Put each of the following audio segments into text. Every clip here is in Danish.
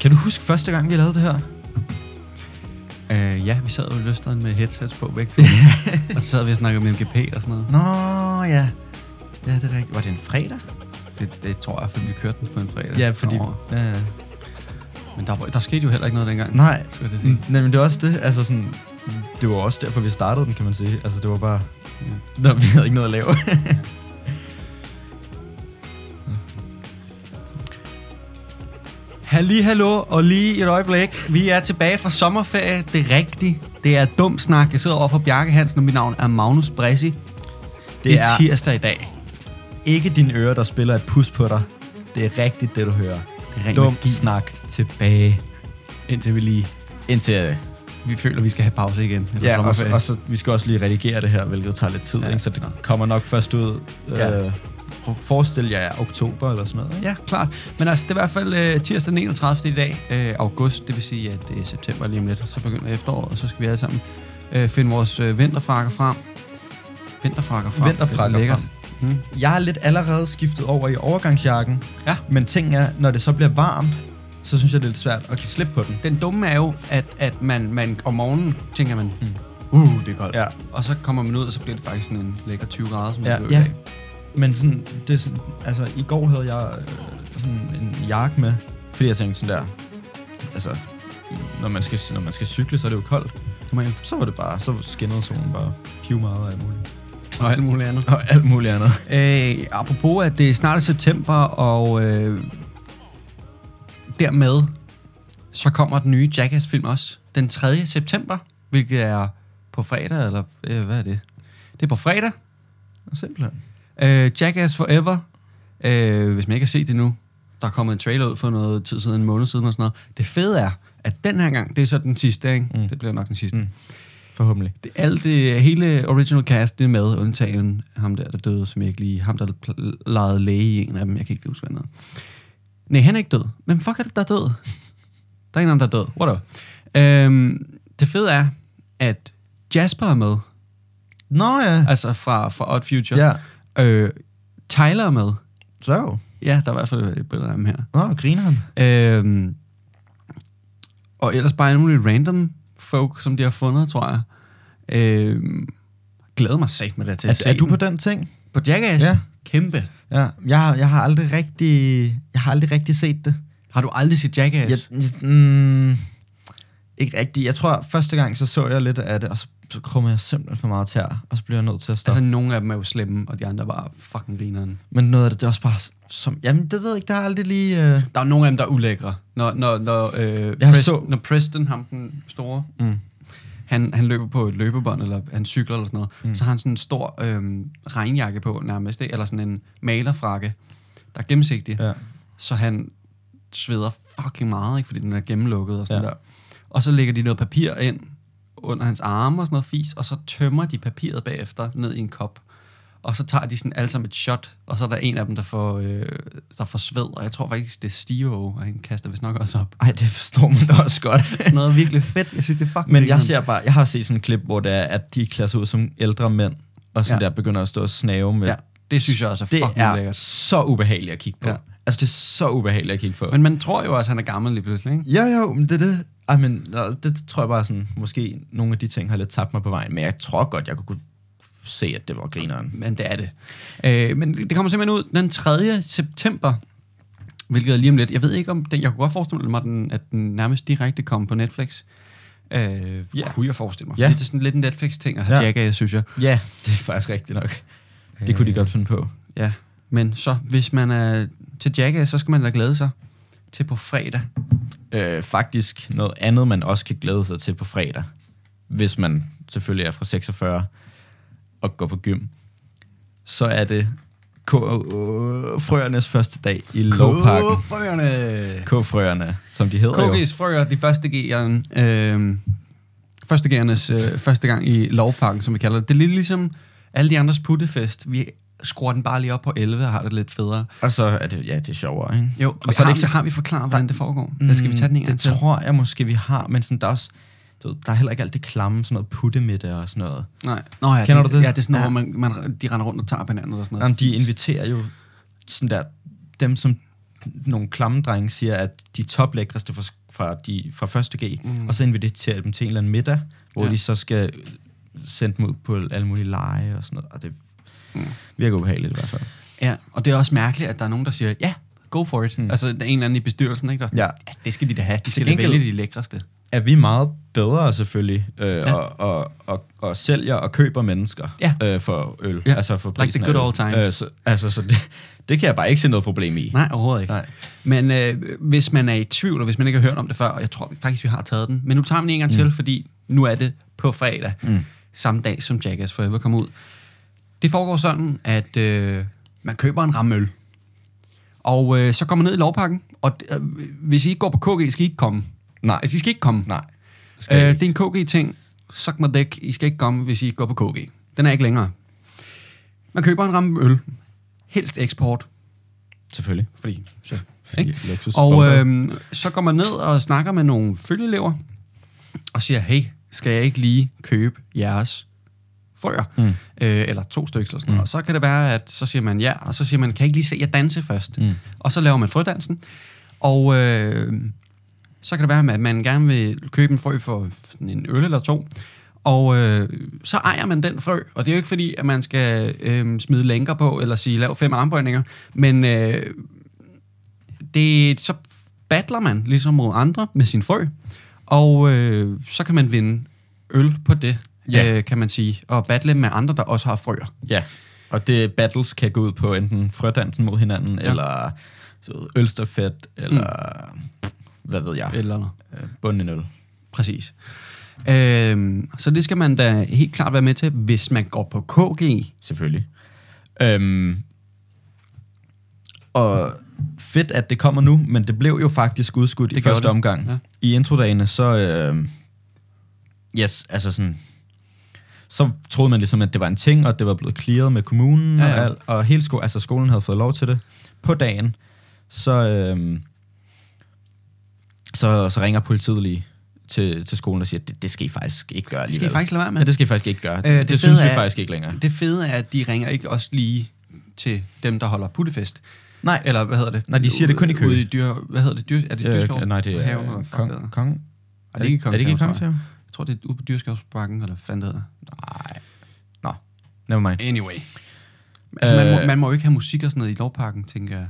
Kan du huske første gang, vi lavede det her? Øh, ja, vi sad jo i løfteren med headsets på begge to. og så sad vi og snakkede om MGP og sådan noget. Nå, ja. Ja, det er rigtigt. Var det en fredag? Det, det tror jeg, fordi vi kørte den på en fredag. Ja, fordi... Derovre. Ja, ja. Men der, var- der skete jo heller ikke noget dengang. Nej, Skulle jeg til at sige. mm, nej, men det er også det. Altså sådan, det var også derfor, vi startede den, kan man sige. Altså, det var bare... Ja. Nå, vi havde ikke noget at lave. Halli, hallo, og lige et øjeblik. Vi er tilbage fra sommerferie. Det er rigtigt. Det er dum snak. Jeg sidder over for Bjarke Hansen, og mit navn er Magnus Bressi. Det er er- tirsdag i dag. ikke dine ører, der spiller et pus på dig. Det er rigtigt, det du hører. Det er ren Dum magi. snak tilbage. Indtil vi lige... Indtil... øh, Vi føler, vi skal have pause igen. efter Ja, og, så- sommerferie. og så, vi skal også lige redigere det her, hvilket tager lidt tid, Ja. ja. ikke? så det kommer nok først ud. Ja. Ja. Øh, for, forestil jer oktober eller sådan noget. Ikke? Ja, klart. Men altså, det er i hvert fald øh, tirsdag den 31. i dag, øh, august, det vil sige, at det er september lige om lidt, så begynder efteråret, og så skal vi alle sammen øh, finde vores øh, vinterfrakker frem. Vinterfrakker frem. Vinterfrakker Det er lækkert. frem. Mm. Jeg er lidt allerede skiftet over i overgangsjakken, Ja. men ting er, når det så bliver varmt, så synes jeg, det er lidt svært at give slip på den. Den dumme er jo, at, at man, man om morgenen tænker man, uh, det er koldt. Mm. Ja. Og så kommer man ud, og så bliver det faktisk sådan en lækker 20 grader, som Ja. det blev Ja. i dag. Men sådan, det er sådan, altså i går havde jeg øh, sådan en jakke med, fordi jeg tænkte sådan der, altså når man skal, når man skal cykle, så er det jo koldt. Normalt. Så var det bare, så skinnede solen bare piv meget og alt muligt. Og alt muligt andet. Og alt muligt andet. Øh, apropos, at det snart er september, og øh, dermed så kommer den nye Jackass-film også den 3. september, hvilket er på fredag, eller øh, hvad er det? Det er på fredag. Simpelthen. Øh, Jackass Forever. Øh, hvis man ikke har set det nu, der er kommet en trailer ud for noget tid siden, en måned siden og sådan noget. Det fede er, at den her gang, det er så den sidste, ikke? Mm. Mm. Det bliver nok den sidste. Mm. Forhåbentlig. Det, alt det, hele original cast, det er med, undtagen ham der, der døde, som jeg ikke lige, ham der pl- legede læge i en af dem, jeg kan ikke lige huske, hvad han hedder. Nej, han er ikke død. Men fuck er det, der er død? Der er en af dem, der er død. Whatever. Øhm, det fede er, at Jasper er med, Nå ja. altså fra, fra Odd Future. Ja. Øh, Tyler er med. Så jo. Ja, der er i hvert fald et billede af ham her. Nå, griner han. Øhm, og ellers bare alle mulige random folk, som de har fundet, tror jeg. Øhm, glæder mig sagt med det til at Er, Altså, se er du den. på den ting? på Jackass? Ja. Kæmpe. Ja, jeg, har- jeg har aldrig rigtig, jeg har aldrig rigtig set det. Har du aldrig set Jackass? Jeg, jeg, mm, ikke rigtigt. Jeg tror, første gang så så jeg lidt af det, og så, så krummer jeg simpelthen for meget tær, og så bliver jeg nødt til at stoppe. Altså, Altså, nogle af dem er jo slemme, og de andre bare fucking grineren. Men noget af det, det er også bare s- som... Jamen, det ved jeg ikke, der har aldrig lige... Øh, Der er nogle af dem, der er ulækre. Når, når, når, øh, Jeg Prest, så- når Preston, ham den store, Mm. han, han løber på et løbebånd, eller han cykler eller sådan noget, mm. så har han sådan en stor øh, regnjakke på nærmest, ikke? eller sådan en malerfrakke, der er gennemsigtig. ja. så han sveder fucking meget, ikke? fordi den er gennemlukket og sådan ja. Ja. der. Og så lægger de noget papir ind under hans arme og sådan noget fis, og så tømmer de papiret bagefter ned i en kop. Og så tager de sådan alle sammen et shot, og så er der en af dem, der får, øh, der får sved, og jeg tror faktisk, det er Stio, og han kaster vist nok også op. Ej, det forstår man da også godt. Noget virkelig fedt, jeg synes, det er fucking Men jeg grineren. ser bare... Jeg har set sådan en klip, hvor det er, at de klæder sig ud som ældre mænd, og sådan Ja. ja. der begynder at stå og snave med... Ja, det synes jeg også er Det fucking er lækkert. så ubehageligt at kigge på. Ja. Ja. Altså, det er så ubehageligt at kigge på. Men man tror jo også, at han er gammel lige pludselig, ikke? Ja, jo, men det er det. Ej, men nå, det tror jeg bare sådan, måske nogle af de ting har lidt tabt mig på vejen, men jeg tror godt, jeg kunne kunne se, at det var grineren. Men det er det. Øh, men det kommer simpelthen ud den 3. september, hvilket er lige om lidt. Jeg ved ikke om den, jeg kunne godt forestille mig, den, at den nærmest direkte kom på Netflix. Øh, ja. Kunne jeg forestille mig. Ja. Ja. Fordi det er sådan lidt en Netflix-ting at have ja. Ja. jackass, synes jeg. Ja, det er faktisk rigtigt nok. Det Øh. kunne de godt finde på. Ja. Men så, hvis man er til jackass, så skal man da glæde sig til på fredag. Øh, faktisk noget andet, man også kan glæde sig til på fredag, hvis man selvfølgelig er fra 46 og går på gym, så er det K- frøernes første dag i Lovparken. K-frøerne. K-frøerne, som de hedder jo. KG's frøer, de første G'eren, øh, første G'ernes øh, første gang i lovpakken, som vi kalder det. Det er lidt ligesom alle de andres puttefest. Vi skruer den bare lige op på 11 og har det lidt federe. Og så er det, ja, det er sjovere, ikke? Jo, og så, har, det ikke, så har vi forklaret, hvordan det foregår. Mm, skal vi tage den en gang Det til? tror jeg måske, vi har, men sådan, der, er også, du ved, der er heller ikke alt det klamme, sådan noget puttemiddag og sådan noget. Nej. Nå, ja, Kender det, du det? Ja, det er sådan noget, Ja. hvor man, man, de render rundt og tager på hinanden eller sådan noget. Jamen, de Fis. inviterer jo sådan der, dem som nogle klamme drenge siger, at de toplækreste fra, fra, de, fra første G, mm. og så inviterer dem til en eller anden middag, hvor Ja. ja. de så skal sende dem ud på alle mulige lege og sådan noget. Og det Mm. virker ubehageligt i hvert fald. Ja, og det er også mærkeligt, at der er nogen, der siger, ja, go for it. Mm. Altså, der er en eller anden i bestyrelsen, ikke? Der er sådan, ja. Ja. ja, det skal de da have. De skal da gengæld- vælge de lækreste. Er vi meget bedre selvfølgelig, øh, ja. og, og, og, og sælger og køber mennesker Ja. øh, for øl. Ja. Altså for Like the prisen af good øl. old times. Øh, så, altså, så det, det kan jeg bare ikke se noget problem i. Nej, overhovedet ikke. Nej. Men øh, hvis man er i tvivl, og hvis man ikke har hørt om det før, og jeg tror faktisk, vi har taget den, men nu tager vi den Mm. en gang til, fordi nu er det på fredag, mm. samme dag som Jackass Forever kom ud. Det foregår sådan, at øh, man køber en ramme øl, og øh, så kommer ned i lovpakken, og øh, hvis I ikke går på KG, skal I ikke komme. Nej. Altså, I skal ikke komme. Nej. Skal Øh, jeg det er en KG-ting. Suck mig dæk. I skal ikke komme, hvis I går på KG. Den er ikke længere. Man køber en ramme øl. Helst eksport. Selvfølgelig. Fordi, så, Fordi ikke? luksus- Og bumser. øh, så går man ned og snakker med nogle følgelever, og siger, hey, skal jeg ikke lige købe jeres frøer? Mm. Øh, eller to stykker eller sådan noget. Og så kan det være, at så siger man ja, og så siger man, kan jeg ikke lige se jer danse først? Mm. Og så laver man frødansen. Og øh, så kan det være, at man gerne vil købe en frø for sådan en øl eller to. Og øh, så ejer man den frø, og det er jo ikke fordi, at man skal øh, smide lænker på, eller sige, lav fem armbøjninger, men øh, det, så battler man ligesom mod andre med sin frø, og øh, så kan man vinde øl på det, Ja. øh, kan man sige, og battle med andre, der også har frøer. Ja, og det battles kan gå ud på enten frødansen mod hinanden, Ja. Mm. ja. eller så ved, ølstafet, eller hvad ved jeg, Eller øh, bunden øl. Præcis. Øhm, så det skal man da helt klart være med til, hvis man går på KG. Selvfølgelig. Øhm, og fedt, at det kommer nu, men det blev jo faktisk udskudt Det det i gjorde første det. omgang. Ja. Ja. I introdagene, så... Øh, yes, altså sådan... Så troede man ligesom, at det var en ting, og det var blevet clearet med kommunen, Ja, ja, ja. ja. og, alt, og hele sko- altså, skolen havde fået lov til det. På dagen, så, øh, så, så ringer politiet lige til, til skolen og siger, det, det skal I faktisk ikke gøre Det skal I alligevel. faktisk lade være med. Ja, det skal I faktisk ikke gøre. Øh, Øh, det det det fede synes vi er- faktisk ikke længere. det fede er, at de ringer ikke også lige til dem, der holder puttefest. Nej, Eller hvad hedder det? Nej, de siger det kun i Køge. Ude i dyr, hvad hedder det? Dyr, er det dyrskov? Øh, nej, det er Haven, eller øh, fuck det hedder. kong, kong. Er det ikke Er det ikke Kongens Kongens Jeg tror, det er ude på dyrskovsbakken, eller hvad fanden det hedder. Nej. Nå, never mind. Anyway. Altså, man, må, Øh. man må jo ikke have musik og sådan noget i lovparken, tænker jeg.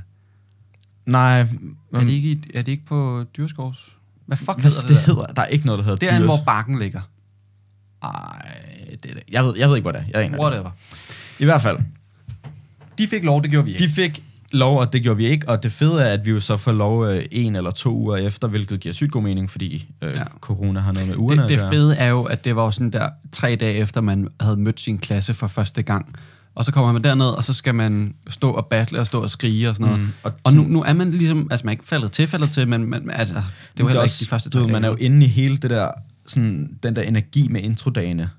Nej, Er det ikke, i- er det ikke på dyrskovs... Hvad fuck hvad hedder det, det der? hedder? Der er ikke noget, der hedder Det er, dyres. hvor bakken ligger. Ej, det er det. Jeg ved, jeg ved ikke, hvor det er. Jeg aner det. Whatever. I hvert fald, De fik lov, det gjorde vi ikke. de fik lov, og det gjorde vi ikke. Og det fede er, at vi jo så får lov øh, en eller to uger efter, hvilket giver sygt god mening, fordi øh, Ja. ja. corona har noget med ugerne det, det at gøre. fede er jo, at det var jo sådan der tre dage efter, man havde mødt sin klasse for første gang. Og så kommer man derned, og så skal man stå og battle og stå og skrige og sådan noget. Mm, Mm, og og og nu, nu er man ligesom, altså man er ikke faldet til, faldet til, men man, altså, det var Men heller er ikke også- de første du tre ved, dage. Man er jo inde i hele det der, sådan, den der energi med introdagene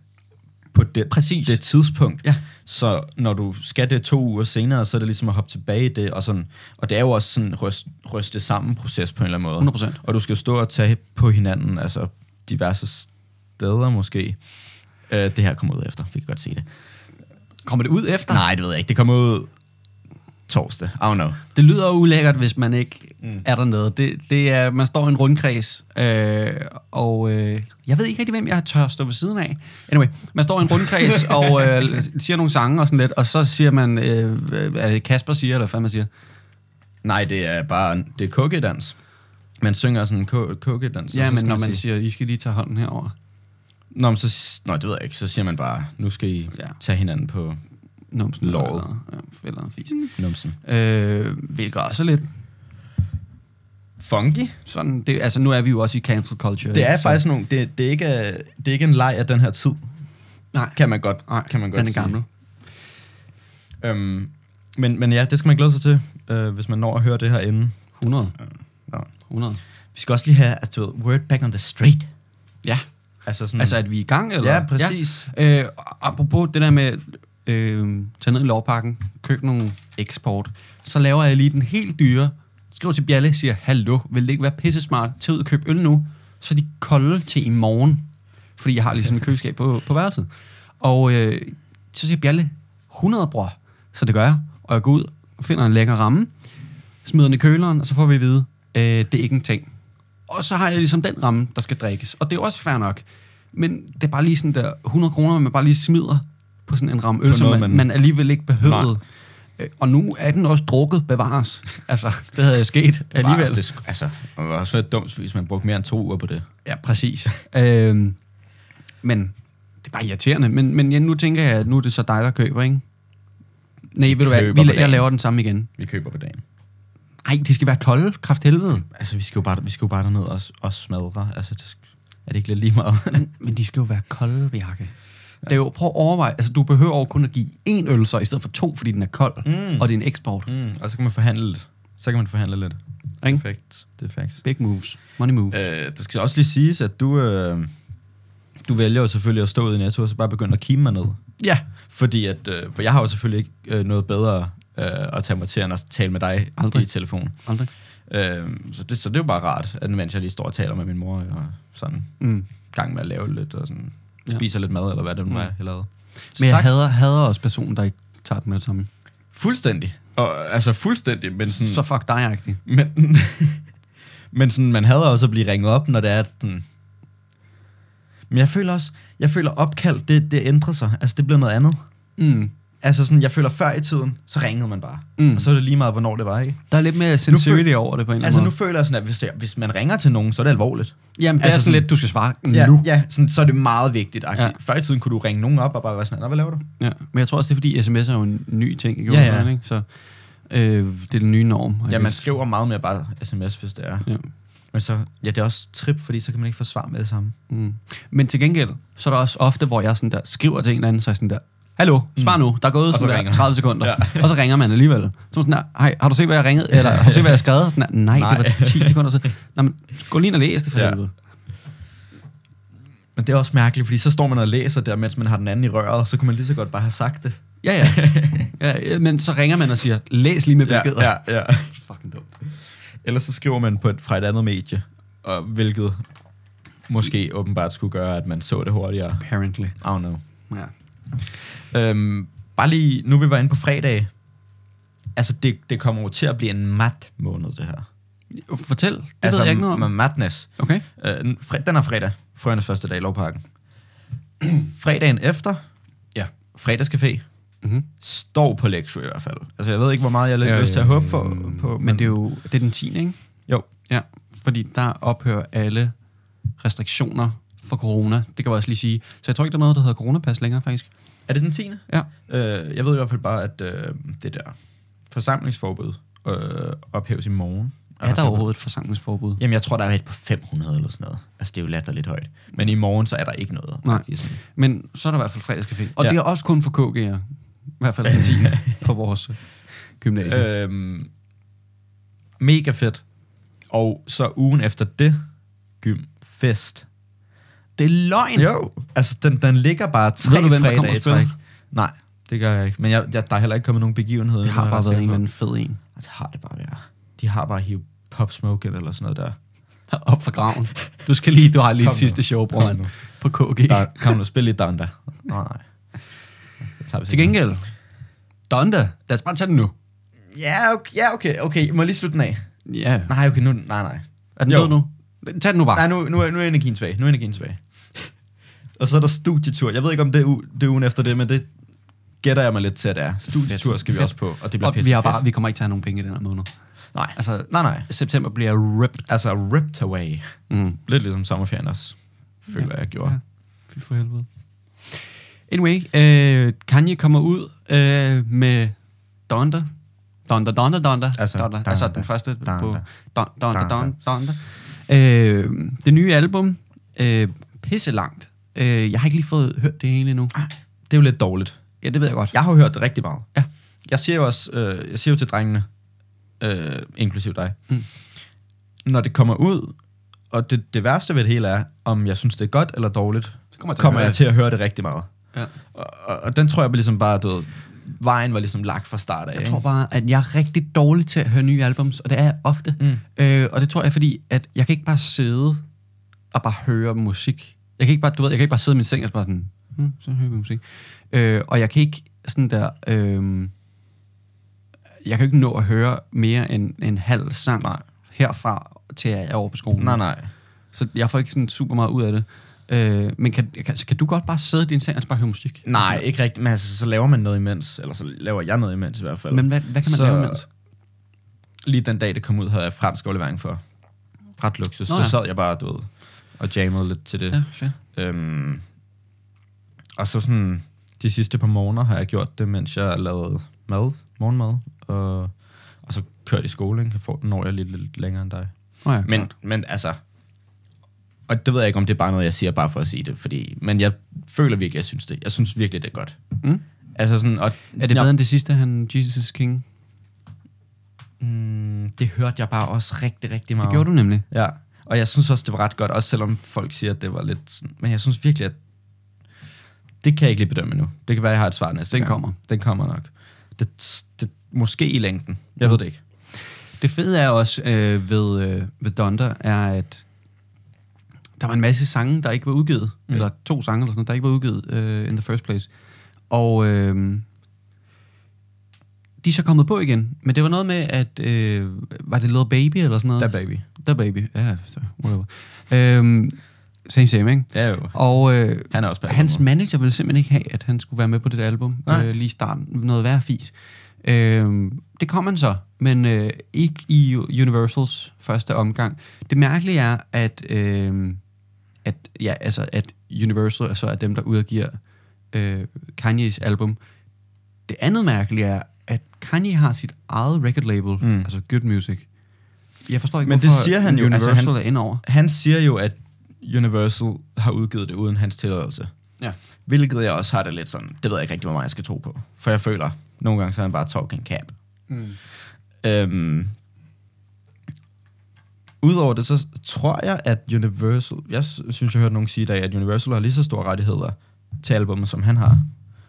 på det, Præcis. det tidspunkt. Ja. Så når du skal det to uger senere, så er det ligesom at hoppe tilbage i det, og, sådan, og det er jo også sådan en ryst, ryste sammen proces på en eller anden måde. 100%. Og du skal stå og tage på hinanden, altså diverse steder måske. Øh, det her kommer ud efter, vi kan godt se det. Kommer det ud efter? Nej, det ved jeg ikke. Det kommer ud torsdag. I don't know. Det lyder jo ulækkert, hvis man ikke mm. er dernede. Det, det er, man står i en rundkreds, øh, og øh, jeg ved ikke rigtig, hvem jeg tør stå ved siden af. Anyway, man står i en rundkreds og øh, siger nogle sange og sådan lidt, og så siger man, øh, er det Kasper siger, eller hvad man siger? Nej, det er bare det er kugedans. Man synger sådan en ku- kugedans. og Ja, så men skal når man man sige- siger, I skal lige tage hånden herover. Nå, men så, s- nå, det ved jeg ikke. Så siger man bare, nu skal I ja. Ja. tage hinanden på Numsen Låret. Eller, ja, eller en fis. numsen. Øh, hvilket også er lidt Funky? sådan... Det, altså, nu er vi jo også i cancel culture. Det er så- faktisk nogle, det, det, er ikke, øh, det er ikke en leg af den her tid, Nej, kan man godt, nej kan man godt den er gammel. Sige. Øhm, men, men ja, det skal man glæde sig til, øh, hvis man når at høre det her inden. 100. Nå. 100. Vi skal også lige have, altså, du ved, word back on the straight. Ja, Altså sådan... altså, at vi er i gang, eller? ja, præcis. Ja. Øh, apropos det der med... Øh, tage ned i lovpakken, køb nogle eksport, så laver jeg lige den helt dyre, skriver til Bjalle, siger, hallo, vil det ikke være pisse smart, tag ud og køb øl nu, så er de kolde til i morgen, fordi jeg har ligesom et køleskab på, på værelset. Og øh, så siger Bjalle, 100 bror, så det gør jeg, og jeg går ud og finder en lækker ramme, smider den i køleren, og så får vi at vide, øh, det er ikke en ting. Og så har jeg ligesom den ramme, der skal drikkes. Og det er jo også fair nok. Men det er bare lige sådan der 100 kroner, man bare lige smider på sådan en ramme øl, På som noget, man, man- man alligevel ikke behøvede. Øh, Og nu er den også drukket bevares. Altså, det havde jeg sket alligevel. Bare, altså, det, altså, og det var også være dumt, hvis man brugte mere end to uger på det. Ja, præcis. øhm, men det er bare irriterende. Men, men ja, nu tænker jeg, at nu er det så dig, der køber, ikke? Nej, ved du hvad, Køber vi, på jeg dagen. laver den samme igen. Vi køber på dagen. Nej, det skal være kolde, kraft helvede. Altså, vi skal jo bare, vi skal jo bare derned og, og smadre. Altså, det, sk- er det ikke lidt lige meget? Men, men de skal jo være kolde, Bjarke. Det er jo, prøv at overveje, altså du behøver jo kun at give én øl så, i stedet for to, fordi den er kold, mm. Mm. og det er en eksport. mm, og så kan man forhandle lidt. Så kan man forhandle lidt. Ikke? Perfekt. Det er facts. Big moves, money moves. Øh, det skal også lige siges, at du, øh, du vælger jo selvfølgelig at stå ude i Netto, og så bare begynde at kime mig ned. Ja, Fordi at, øh, for jeg har jo selvfølgelig ikke øh, noget bedre øh, at tage mig til, end at tale med dig Aldrig. i telefon. aldrig. Øh, så, det, så det er jo bare rart, at mens jeg lige står og taler med min mor, og sådan Mm. gang med at lave lidt, og sådan Ja. ja. spiser lidt mad, eller hvad det nu var, Mm. jeg lavede. Så Men jeg tak. hader, hader også personen, der ikke tager den med det samme. Fuldstændig. Og, altså fuldstændig, men sådan... Så fuck dig-agtig. Men, men sådan, man hader også at blive ringet op, når det er at sådan... Men jeg føler også, jeg føler opkald, det, det ændrer sig. Altså, det bliver noget andet. Mm. Altså sådan, jeg føler før i tiden, så ringede man bare. Mm. Mm. Og så er det lige meget, hvornår det var, ikke? Der er lidt mere sincerity over det på en eller anden Altså nu måde. føler jeg sådan, at hvis, det, hvis man ringer til nogen, så er det alvorligt. Jamen, det altså Altså er sådan sådan- lidt, du skal svare Ja, nu. ja sådan, så er det meget vigtigt. Ja. Ja. Før i tiden kunne du ringe nogen op og bare være sådan, "Nå, hvad laver du? Ja. Men jeg tror også, det er fordi, sms er jo en ny ting, ikke? Ja, ja. Online, Ikke? Så øh, det er den nye norm. I Ja, man guess. skriver meget mere bare sms, hvis det er. Ja. Men så, ja, det er også trip, fordi så kan man ikke få svar med det samme. Mm. Men til gengæld, så er der også ofte, hvor jeg sådan der skriver til en eller anden, så er jeg sådan der, hallo, svar nu, der er gået Mm. Og så sådan der ringer. 30 sekunder, ja. Ja. og så ringer man alligevel. Så er man sådan der, hej, har du set, hvad jeg ringede, eller har du set, hvad jeg skrev? Sådan der, nej, Nej, det Nej. var 10 sekunder siden. Nå, men gå lige ind og læs det for Ja. helvede. Men det er også mærkeligt, fordi så står man og læser der, mens man har den anden i røret, og så kunne man lige så godt bare have sagt det. Ja, ja. ja. ja, men så ringer man og siger, læs lige med beskeder. Ja, ja, ja. Fucking dumt. Ellers så skriver man på et, fra et andet medie, og hvilket måske åbenbart skulle gøre, at man så det hurtigere. Apparently. I don't know. Ja. Øhm, bare lige, nu vi var inde på fredag. Altså, det, det kommer jo til at blive en mat måned, det her. Det Fortæl, det altså, altså, ved jeg ikke noget om. m- Madness. Okay. Øh, den fre- den er fredag. Frøernes første dag i lovparken. Fredagen efter, Ja. fredagscafé, Mm-hmm. står på lektion i hvert fald. Altså, jeg ved ikke, hvor meget jeg har lyst til at håbe for, på. Men det er jo det er den 10. ikke? Jo. Ja, fordi der ophører alle restriktioner for corona. Det kan jeg også lige sige. Så jeg tror ikke, der er noget, der hedder coronapas længere, faktisk. Er det den 10. Ja. Øh, jeg ved i hvert fald bare, at øh, det der forsamlingsforbud øh, ophæves i morgen. Altså, Er der overhovedet et forsamlingsforbud? Jamen, jeg tror, der er et på 500 eller sådan noget. Altså, det er jo latterligt højt. Men i morgen, så er der ikke noget. Nej. Ligesom. Men så er der i hvert fald fredagscafé. Og ja. Ja. det er også kun for KG'er. I hvert fald den 10. på vores øh, gymnasie. Øh. Øhm, mega fedt. Og så ugen efter det, gymfest. Det er løgn! Jo. Altså, den, den ligger bare tre Ved du, hvem der kommer fredage i og spiller? træk. Nej, det gør jeg ikke. Men jeg, jeg, der er heller ikke kommet nogen begivenhed. Det har bare været en eller anden fed en. Det har det bare været. De har bare hivet Pop Smoke ind eller sådan noget der. Op fra graven. Du skal lige, du har lige Kom et nu. sidste show, bror, Kom nu. på KG. Der, kom nu, spil lidt Donda. Nej, nej. Det tager vi Til senere. gengæld, Donda, lad os bare tage den nu. Ja, okay, ja, okay, okay. Må jeg lige slutte den af? Ja. Nej, okay, nu... Nej, nej. Er den Jo. død nu? Tag den nu bare. Nej, nu, nu, er- nu er energien svag. Nu er energien svag. Ah. Og så er der studietur. Jeg ved ikke, om det er, u- det er ugen efter det, men det gætter jeg mig lidt til, at det er. Studietur Fedt, skal vi fedt. også på, og det bliver Og pisse vi, har bare, vi kommer ikke til at have nogen penge i den her måned. Nej, altså, Altså, nej, nej. september bliver ripped. Altså, ripped away. Mm. Lidt ligesom sommerferien også, føler jeg, jeg gjorde. Ja. Fy for helvede. Anyway, øh, Kanye kommer ud øh, med Donda. Donda, Donda, Donda. Altså, Donda. altså Donda. den første Donda. på Donda. Don, Donda, Donda. Donda, Donda. Øh, det nye album, øh, pisse langt. Øh, jeg har ikke lige fået hørt det hele endnu. Ej, Det er jo lidt dårligt. Ja, det ved jeg godt. Jeg har jo hørt det rigtig meget. Ja. Jeg siger jo også, øh, jeg siger jo til drengene, øh, inklusiv dig, Mm. mm. når det kommer ud, og det, det værste ved det hele er, om jeg synes, det er godt eller dårligt, Så kommer jeg til at kommer høre jeg det. til at høre det rigtig meget. Ja. Og, og, og den tror jeg ligesom bare, du ved, vejen var ligesom lagt fra start af. Jeg ikke? tror bare, at jeg er rigtig dårlig til at høre nye albums, og det er jeg ofte. Mm. Mm. Øh, og det tror jeg, fordi at jeg kan ikke bare sidde og bare høre musik. Jeg kan ikke bare, du ved, jeg kan ikke bare sidde i min seng og så bare sådan, hm, så hører vi musik. Øh, og jeg kan ikke sådan der, øh, øhm, jeg kan jo ikke nå at høre mere end en halv sang Nej. herfra, til jeg er over på skolen. Nej, nej. Så jeg får ikke sådan super meget ud af det. Øh, men kan, kan, altså, kan du godt bare sidde i din seng og så bare høre musik? Nej, ikke rigtigt. Men altså, så laver man noget imens. Eller så laver jeg noget imens i hvert fald. Men hvad, hvad kan man så... Så- øh, lave imens? lige den dag, det kom ud, havde jeg fransk aflevering for ret luksus. Nå så ja. sad jeg bare, du ved, og jammede lidt til det. Ja, fair. Ja. Øhm, og så sådan, de sidste par måneder har jeg gjort det, mens jeg lavede mad, morgenmad, og, og så kørte i skole, ikke? For, når jeg lidt, lidt længere end dig. Oh, ja, Men, klart. men altså, og det ved jeg ikke, om det er bare noget, jeg siger bare for at sige det, fordi, men jeg føler virkelig, jeg synes det. Jeg synes virkelig, det er godt. Mm? Altså sådan, og, Er det Nå, bedre end det sidste, han Jesus King? Mm, det hørte jeg bare også rigtig, rigtig meget. Det gjorde du nemlig. Ja, og jeg synes også, det var ret godt, også selvom folk siger, at det var lidt... sådan- Men jeg synes virkelig, at... Det kan jeg ikke lige bedømme nu. Det kan være, at jeg har et svar næste Den gang. kommer. Den kommer nok. Det, det, måske i længden. Jeg ved det ikke. Det fede er også øh, ved, øh, ved Donda, er at der var en masse sange, der ikke var udgivet. Mm. Mm. Eller to sange, eller sådan noget, der ikke var udgivet øh, in the first place. Og øh, de er så kommet på igen. Men det var noget med, at øh, var det Little Baby eller sådan noget? Der baby. The Baby, ja, så, whatever. Øhm, same, same, ikke? Ja, jo. Og øh, Han er også bag hans nummer. manager ville simpelthen ikke have, at han skulle være med på det der album Nej. øh, lige i starten. Noget værre fis. Øh, det kom han så, men øh, ikke i Universals første omgang. Det mærkelige er, at, øh, at, ja, altså, at Universal så er dem, der udgiver øh, Kanye's album. Det andet mærkelige er, at Kanye har sit eget record label, mm. Mm. altså Good Music. Jeg forstår ikke, Men det hvorfor siger han jo, altså, Universal han- er inde over. Han siger jo, at Universal har udgivet det uden hans tilladelse. Ja. Hvilket jeg også har det lidt sådan, det ved jeg ikke rigtig, hvor meget jeg skal tro på. For jeg føler, nogle gange så er han bare talking cap. Mm. Øhm, Udover det, så tror jeg, at Universal... Jeg sy- synes, jeg hørte nogen sige i dag, at Universal har lige så store rettigheder til albumet, som han har.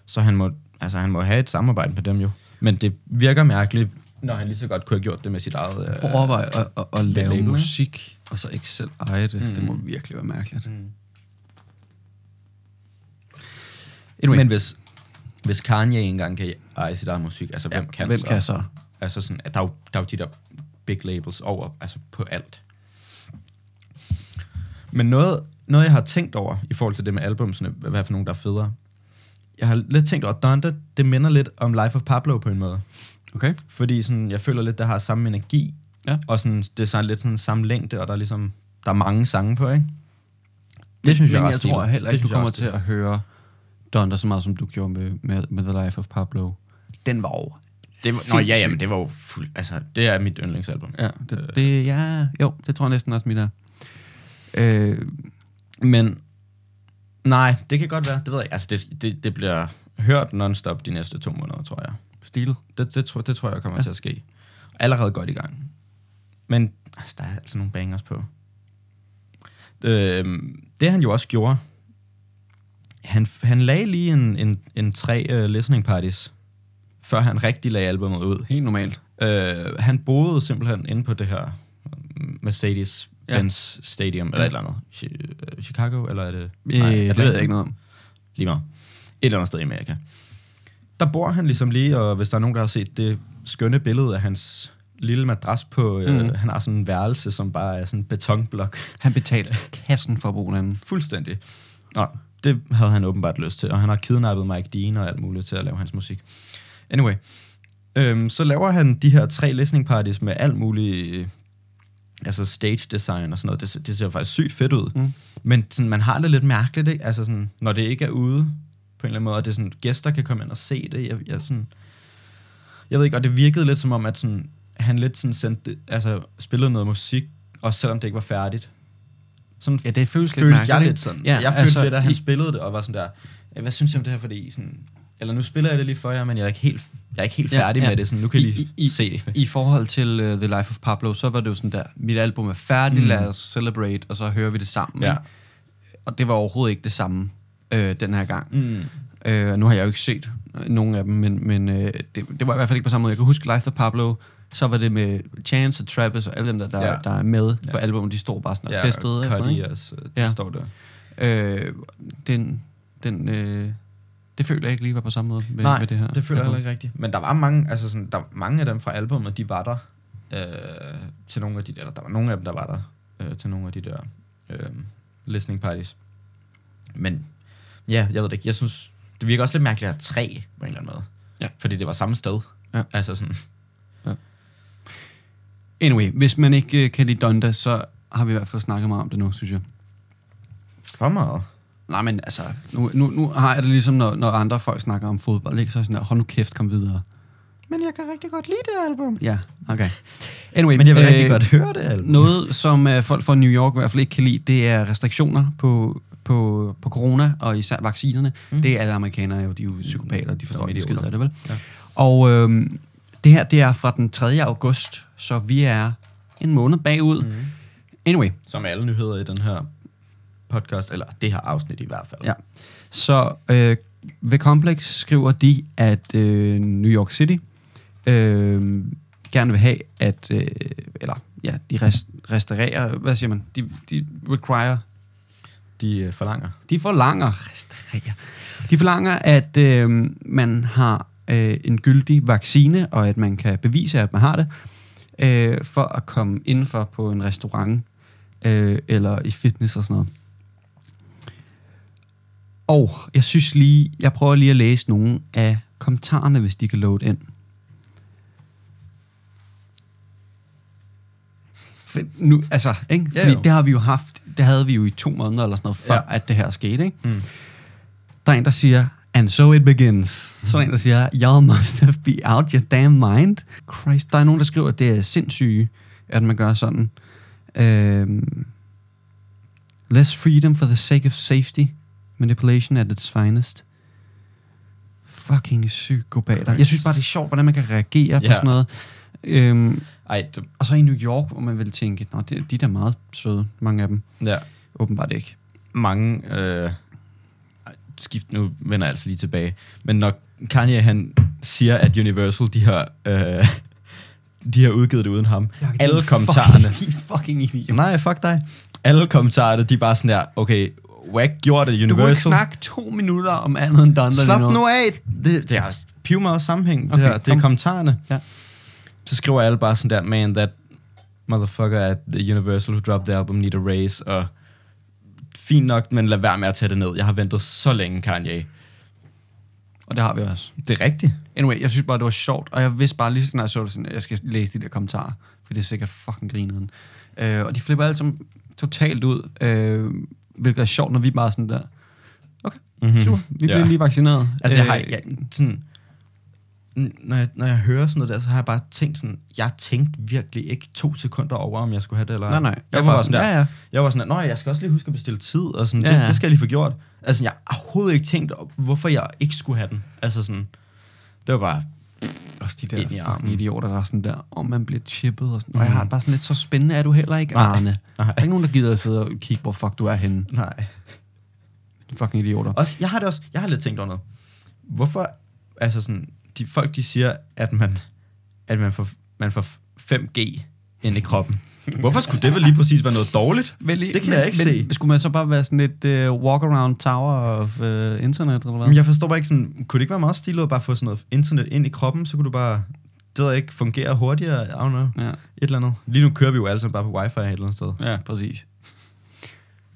Så han må, altså, han må have et samarbejde med dem jo. Men det virker mærkeligt, når han lige så godt kunne have gjort det med sit eget... øh, Prøv at overveje at, at, at lave label, ikke? musik, og så ikke selv eje det. Mm. Det må Mm. virkelig være mærkeligt. Mm. Anyway. Men hvis, hvis Kanye ikke engang kan eje sit eget musik, altså ja, hvem kan hvem så? kan så? Altså sådan, at der, er jo, der er jo de der big labels over, altså på alt. Men noget, noget, jeg har tænkt over i forhold til det med albumsene, hvad for nogle, der er federe. Jeg har lidt tænkt over, at Donda, det minder lidt om Life of Pablo på en måde. Okay. Fordi sådan, jeg føler lidt, der har samme energi, Ja. og sådan, det er sådan lidt sådan samme længde, og der er ligesom, der er mange sange på, ikke? Det synes jeg er Men ret jeg stilet. tror heller Det ikke, synes du jeg er kommer ret til at høre Donda så meget, som du gjorde med, med, med The Life of Pablo. Den var over. Det var, nå, ja, jamen, det var jo fuld, altså, det er mit yndlingsalbum. Ja, det, det, ja, jo, det tror jeg næsten også, mit er. Øh, Men, nej, det kan godt være, det ved jeg ikke. Altså, det, det, det bliver hørt nonstop de næste to måneder, tror jeg. stilet. Det, det, tror, det tror jeg kommer ja. til at ske. Allerede godt i gang. Men, altså, der er altså nogle bangers på. Øhm, det han jo også gjorde, han, han lagde lige en, en, en tre uh, listening parties, før han rigtig lagde albumet ud. Helt normalt. Øh, han boede simpelthen inde på det her øh, Mercedes-Benz ja. Stadium, eller Ja. et eller andet. Chi- øh, Chicago, eller er det... Øh, Nej, det ved Atlanta? jeg ikke noget om. Lige meget. Et eller andet sted i Amerika. Der bor han ligesom lige, og hvis der er nogen, der har set det skønne billede af hans lille madras på... Øh, Mhm. Han har sådan en værelse, som bare er sådan en betonblok. Han betalte kassen for at bo derinde. Fuldstændig. Nå, det havde han åbenbart lyst til, og han har kidnappet Mike Dean og alt muligt til at lave hans musik. Anyway, øhm, så laver han de her tre listening parties med alt muligt, øh, altså stage design og sådan noget. Det, ser- det ser faktisk sygt fedt ud. Mm. Mm. Men sådan, man har det lidt mærkeligt, ikke? Altså sådan, når det ikke er ude på en eller anden måde, og det er sådan, gæster kan komme ind og se det. Jeg, jeg, sådan, jeg ved ikke, og det virkede lidt som om, at sådan, han lidt sådan sendte, altså, spillede noget musik, også selvom det ikke var færdigt. Sådan Ja, det føles lidt følte mærkeligt, jeg ikke? lidt sådan. Ja, Ja, jeg følte altså, altså, lidt, at han i- spillede det, og var sådan der, "Ja, hvad synes jeg om det her, fordi sådan, eller nu spiller jeg det lige for jer, men jeg er ikke helt, jeg er ikke helt Ja, færdig ja. med det, sådan, nu kan I, lige I- I- se det. I forhold til uh, The Life of Pablo, så var det jo sådan der, mit album er færdigt, mm. lad os celebrate, og så hører vi det sammen. Ja. ikke? Og det var overhovedet ikke det samme øh, den her gang. Mm. Øh, nu har jeg jo ikke set øh, nogen af dem, men, men øh, det, det var i hvert fald ikke på samme måde. Jeg kan huske Life of Pablo, så var det med Chance og Travis og alle dem, der, der, ja. Ja, der er med ja. ja. på albumet. De stod bare sådan og Ja, øh, ja, festede. Og sådan, Cuddy noget, også, det Ja. står der. ikke? øh, den den øh, Det føler jeg ikke lige var på samme måde med, Nej, med det her. det føler jeg album. heller ikke rigtigt. Men der var mange, altså sådan, der, mange af dem fra albumet, de var der øh, til nogle af de der, eller der var nogle af dem, der var der øh, til nogle af de der øh, listening parties. Men ja, jeg ved det ikke, jeg synes, det virker også lidt mærkeligt at have tre på en eller anden måde. Ja. Fordi det var samme sted. Ja. Altså sådan, Anyway, hvis man ikke øh, kan lide Donda, så har vi i hvert fald snakket meget om det nu, synes jeg. for meget. Nej, men altså, nu, nu, nu har jeg det ligesom, når, når andre folk snakker om fodbold, ikke? så er jeg sådan der, hold nu kæft, kom videre. Men jeg kan rigtig godt lide det album. Ja, okay. Anyway, Men jeg vil øh, rigtig godt høre det album. Noget, som øh, folk fra New York i hvert fald ikke kan lide, det er restriktioner på, på, på corona, og især vaccinerne. Mm. Mm. Det er alle amerikanere jo, de er jo psykopater, de forstår Dumme ikke skid idioter. af det, vel? Ja. Ja. Og øh, det her, det er fra den 3. august, så vi er en måned bagud. Mm. Anyway, Som alle nyheder i den her podcast, eller det her afsnit i hvert fald. Ja. Så øh, ved Complex skriver de, at øh, New York City øh, gerne vil have, at... Øh, eller, ja, de rest, restaurerer... Hvad siger man? De, de require... De øh, forlanger. De forlanger... Restaurerer. De forlanger, at øh, man har øh, en gyldig vaccine, og at man kan bevise, at man har det, øh, for at komme indenfor på en restaurant, øh, eller i fitness og sådan noget. Og jeg synes lige, jeg prøver lige at læse nogle af kommentarerne, hvis de kan load ind. For nu, altså, ikke? Ja, Fordi jo. det har vi jo haft, det havde vi jo i to måneder eller sådan noget, før ja. Ja. at det her skete, ikke? Mm. Der er en, der siger, and so it begins. Så er der en, der siger, y'all must have been out your damn mind. Christ, der er nogen, der skriver, at det er sindssyge, at man gør sådan. Øhm, less freedom for the sake of safety. Manipulation at its finest. Fucking psykopater. Jeg synes bare, det er sjovt, hvordan man kan reagere yeah. på Ja. sådan noget. Øhm, Ej, det, og så i New York, hvor man ville tænke, at de er da meget søde, mange af dem. ja. Åbenbart ikke. mange... Øh, ej, skift, nu vender jeg altså lige tilbage. Men når Kanye han siger, at Universal, de har, øh, de har udgivet det uden ham. Alle kommentarerne... De er fucking idioter. Nej, fuck dig. Alle kommentarerne, de er bare sådan der, okay, whack gjorde det, Du må ikke Universal. snakke to minutter om andet end Donda Slap nu af! Det, det har piv meget sammenhæng, Okay, okay, det, her, det kom. er kommentarerne. Ja. Så skriver alle bare sådan der, man, that motherfucker at the Universal who dropped the album need a raise, og fint nok, men lad være med at tage det ned. Jeg har ventet så længe, Kanye. Og det har vi også. Det er rigtigt. Anyway, jeg synes bare, det var sjovt, og jeg vidste bare lige så snart, jeg så det sådan, at jeg skal læse de der kommentarer, for det er sikkert fucking grineren. Øh, og de flipper alle sammen totalt ud, øh, hvilket er sjovt, når vi bare er sådan der, okay, mm-hmm. super, vi bliver Ja. lige vaccineret. Altså, jeg har, Øh, jeg, sådan, n- når, jeg, når jeg hører sådan noget der, så har jeg bare tænkt sådan, jeg tænkte virkelig ikke to sekunder over, om jeg skulle have det eller Nej, nej. Jeg, Jeg jeg var var bare sådan, sådan der, ja, ja. jeg var sådan der, nå, jeg skal også lige huske at bestille tid, og sådan, Ja, ja, ja. det, det, skal jeg lige få gjort. Altså, jeg har overhovedet ikke tænkt, op, hvorfor jeg ikke skulle have den. Altså sådan, det var bare, Også de Ind i der fucking armen. idioter, der er sådan der, om man bliver chippet og sådan. Og Mm. jeg har det bare sådan lidt, så spændende er du heller ikke, Nej. Arne. Der nej, er ikke nogen, der gider at sidde og kigge, hvor fuck du er henne. nej. Fucking idioter. Også, jeg har det også, jeg har lidt tænkt over noget. Hvorfor, altså sådan, de, folk de siger, at man, at man får, man får 5G ind i kroppen. Hvorfor skulle det vel lige præcis være noget dårligt? Vel, Det kan jeg ikke men, se. Skulle man så bare være sådan et uh, walk-around tower of uh, internet, eller hvad? Men jeg forstår bare ikke sådan, kunne det ikke være meget stilet at bare få sådan noget internet ind i kroppen, så kunne du bare, det ved jeg ikke, fungere hurtigere, I don't know, et Ja, eller andet. Lige nu kører vi jo alle sammen bare på wifi et eller andet sted. ja, præcis.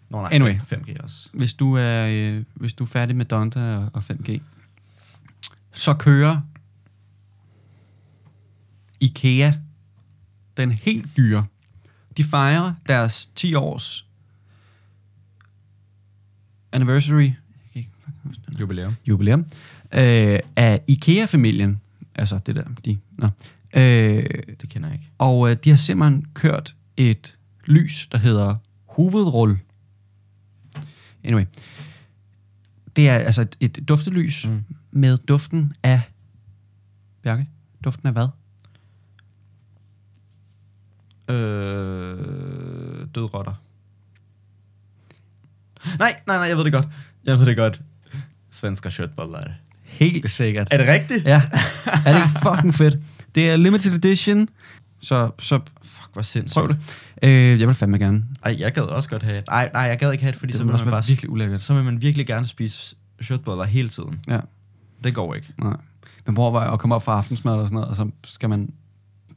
Nå nej, Anyway. 5G også. Hvis du er, øh, hvis du er færdig med Donda og, og 5G, så kører IKEA, den helt dyre. De fejrer deres 10 års anniversary. Jeg kan ikke fucking huske det. Jubilæum. jubilæum, øh, af IKEA-familien. Altså det der, de... Nå. Øh, Det kender jeg ikke. og øh, de har simpelthen kørt et lys, der hedder hovedrull. Anyway. Det er altså et, et duftelys mm. Mm. med duften af... Bjarke, duften af hvad? Øh, død rotter. Nej, nej, nej, jeg ved det godt. Jeg ved det godt. Svensker shirtboller. Helt sikkert. Er det rigtigt? Ja, er det ikke fucking fedt? Det er limited edition, så, så Fuck, hvor sindssygt. prøv det. Øh, jeg vil fandme gerne. Ej, jeg gad også godt have et. Nej, nej, jeg gad ikke have et, fordi Det så vil vil også man være bare... virkelig ulækkert. Så vil man virkelig gerne spise shirtboller hele tiden. Ja. Det går ikke. Nej. Men prøv at overveje at komme op fra aftensmad og sådan noget, og så skal man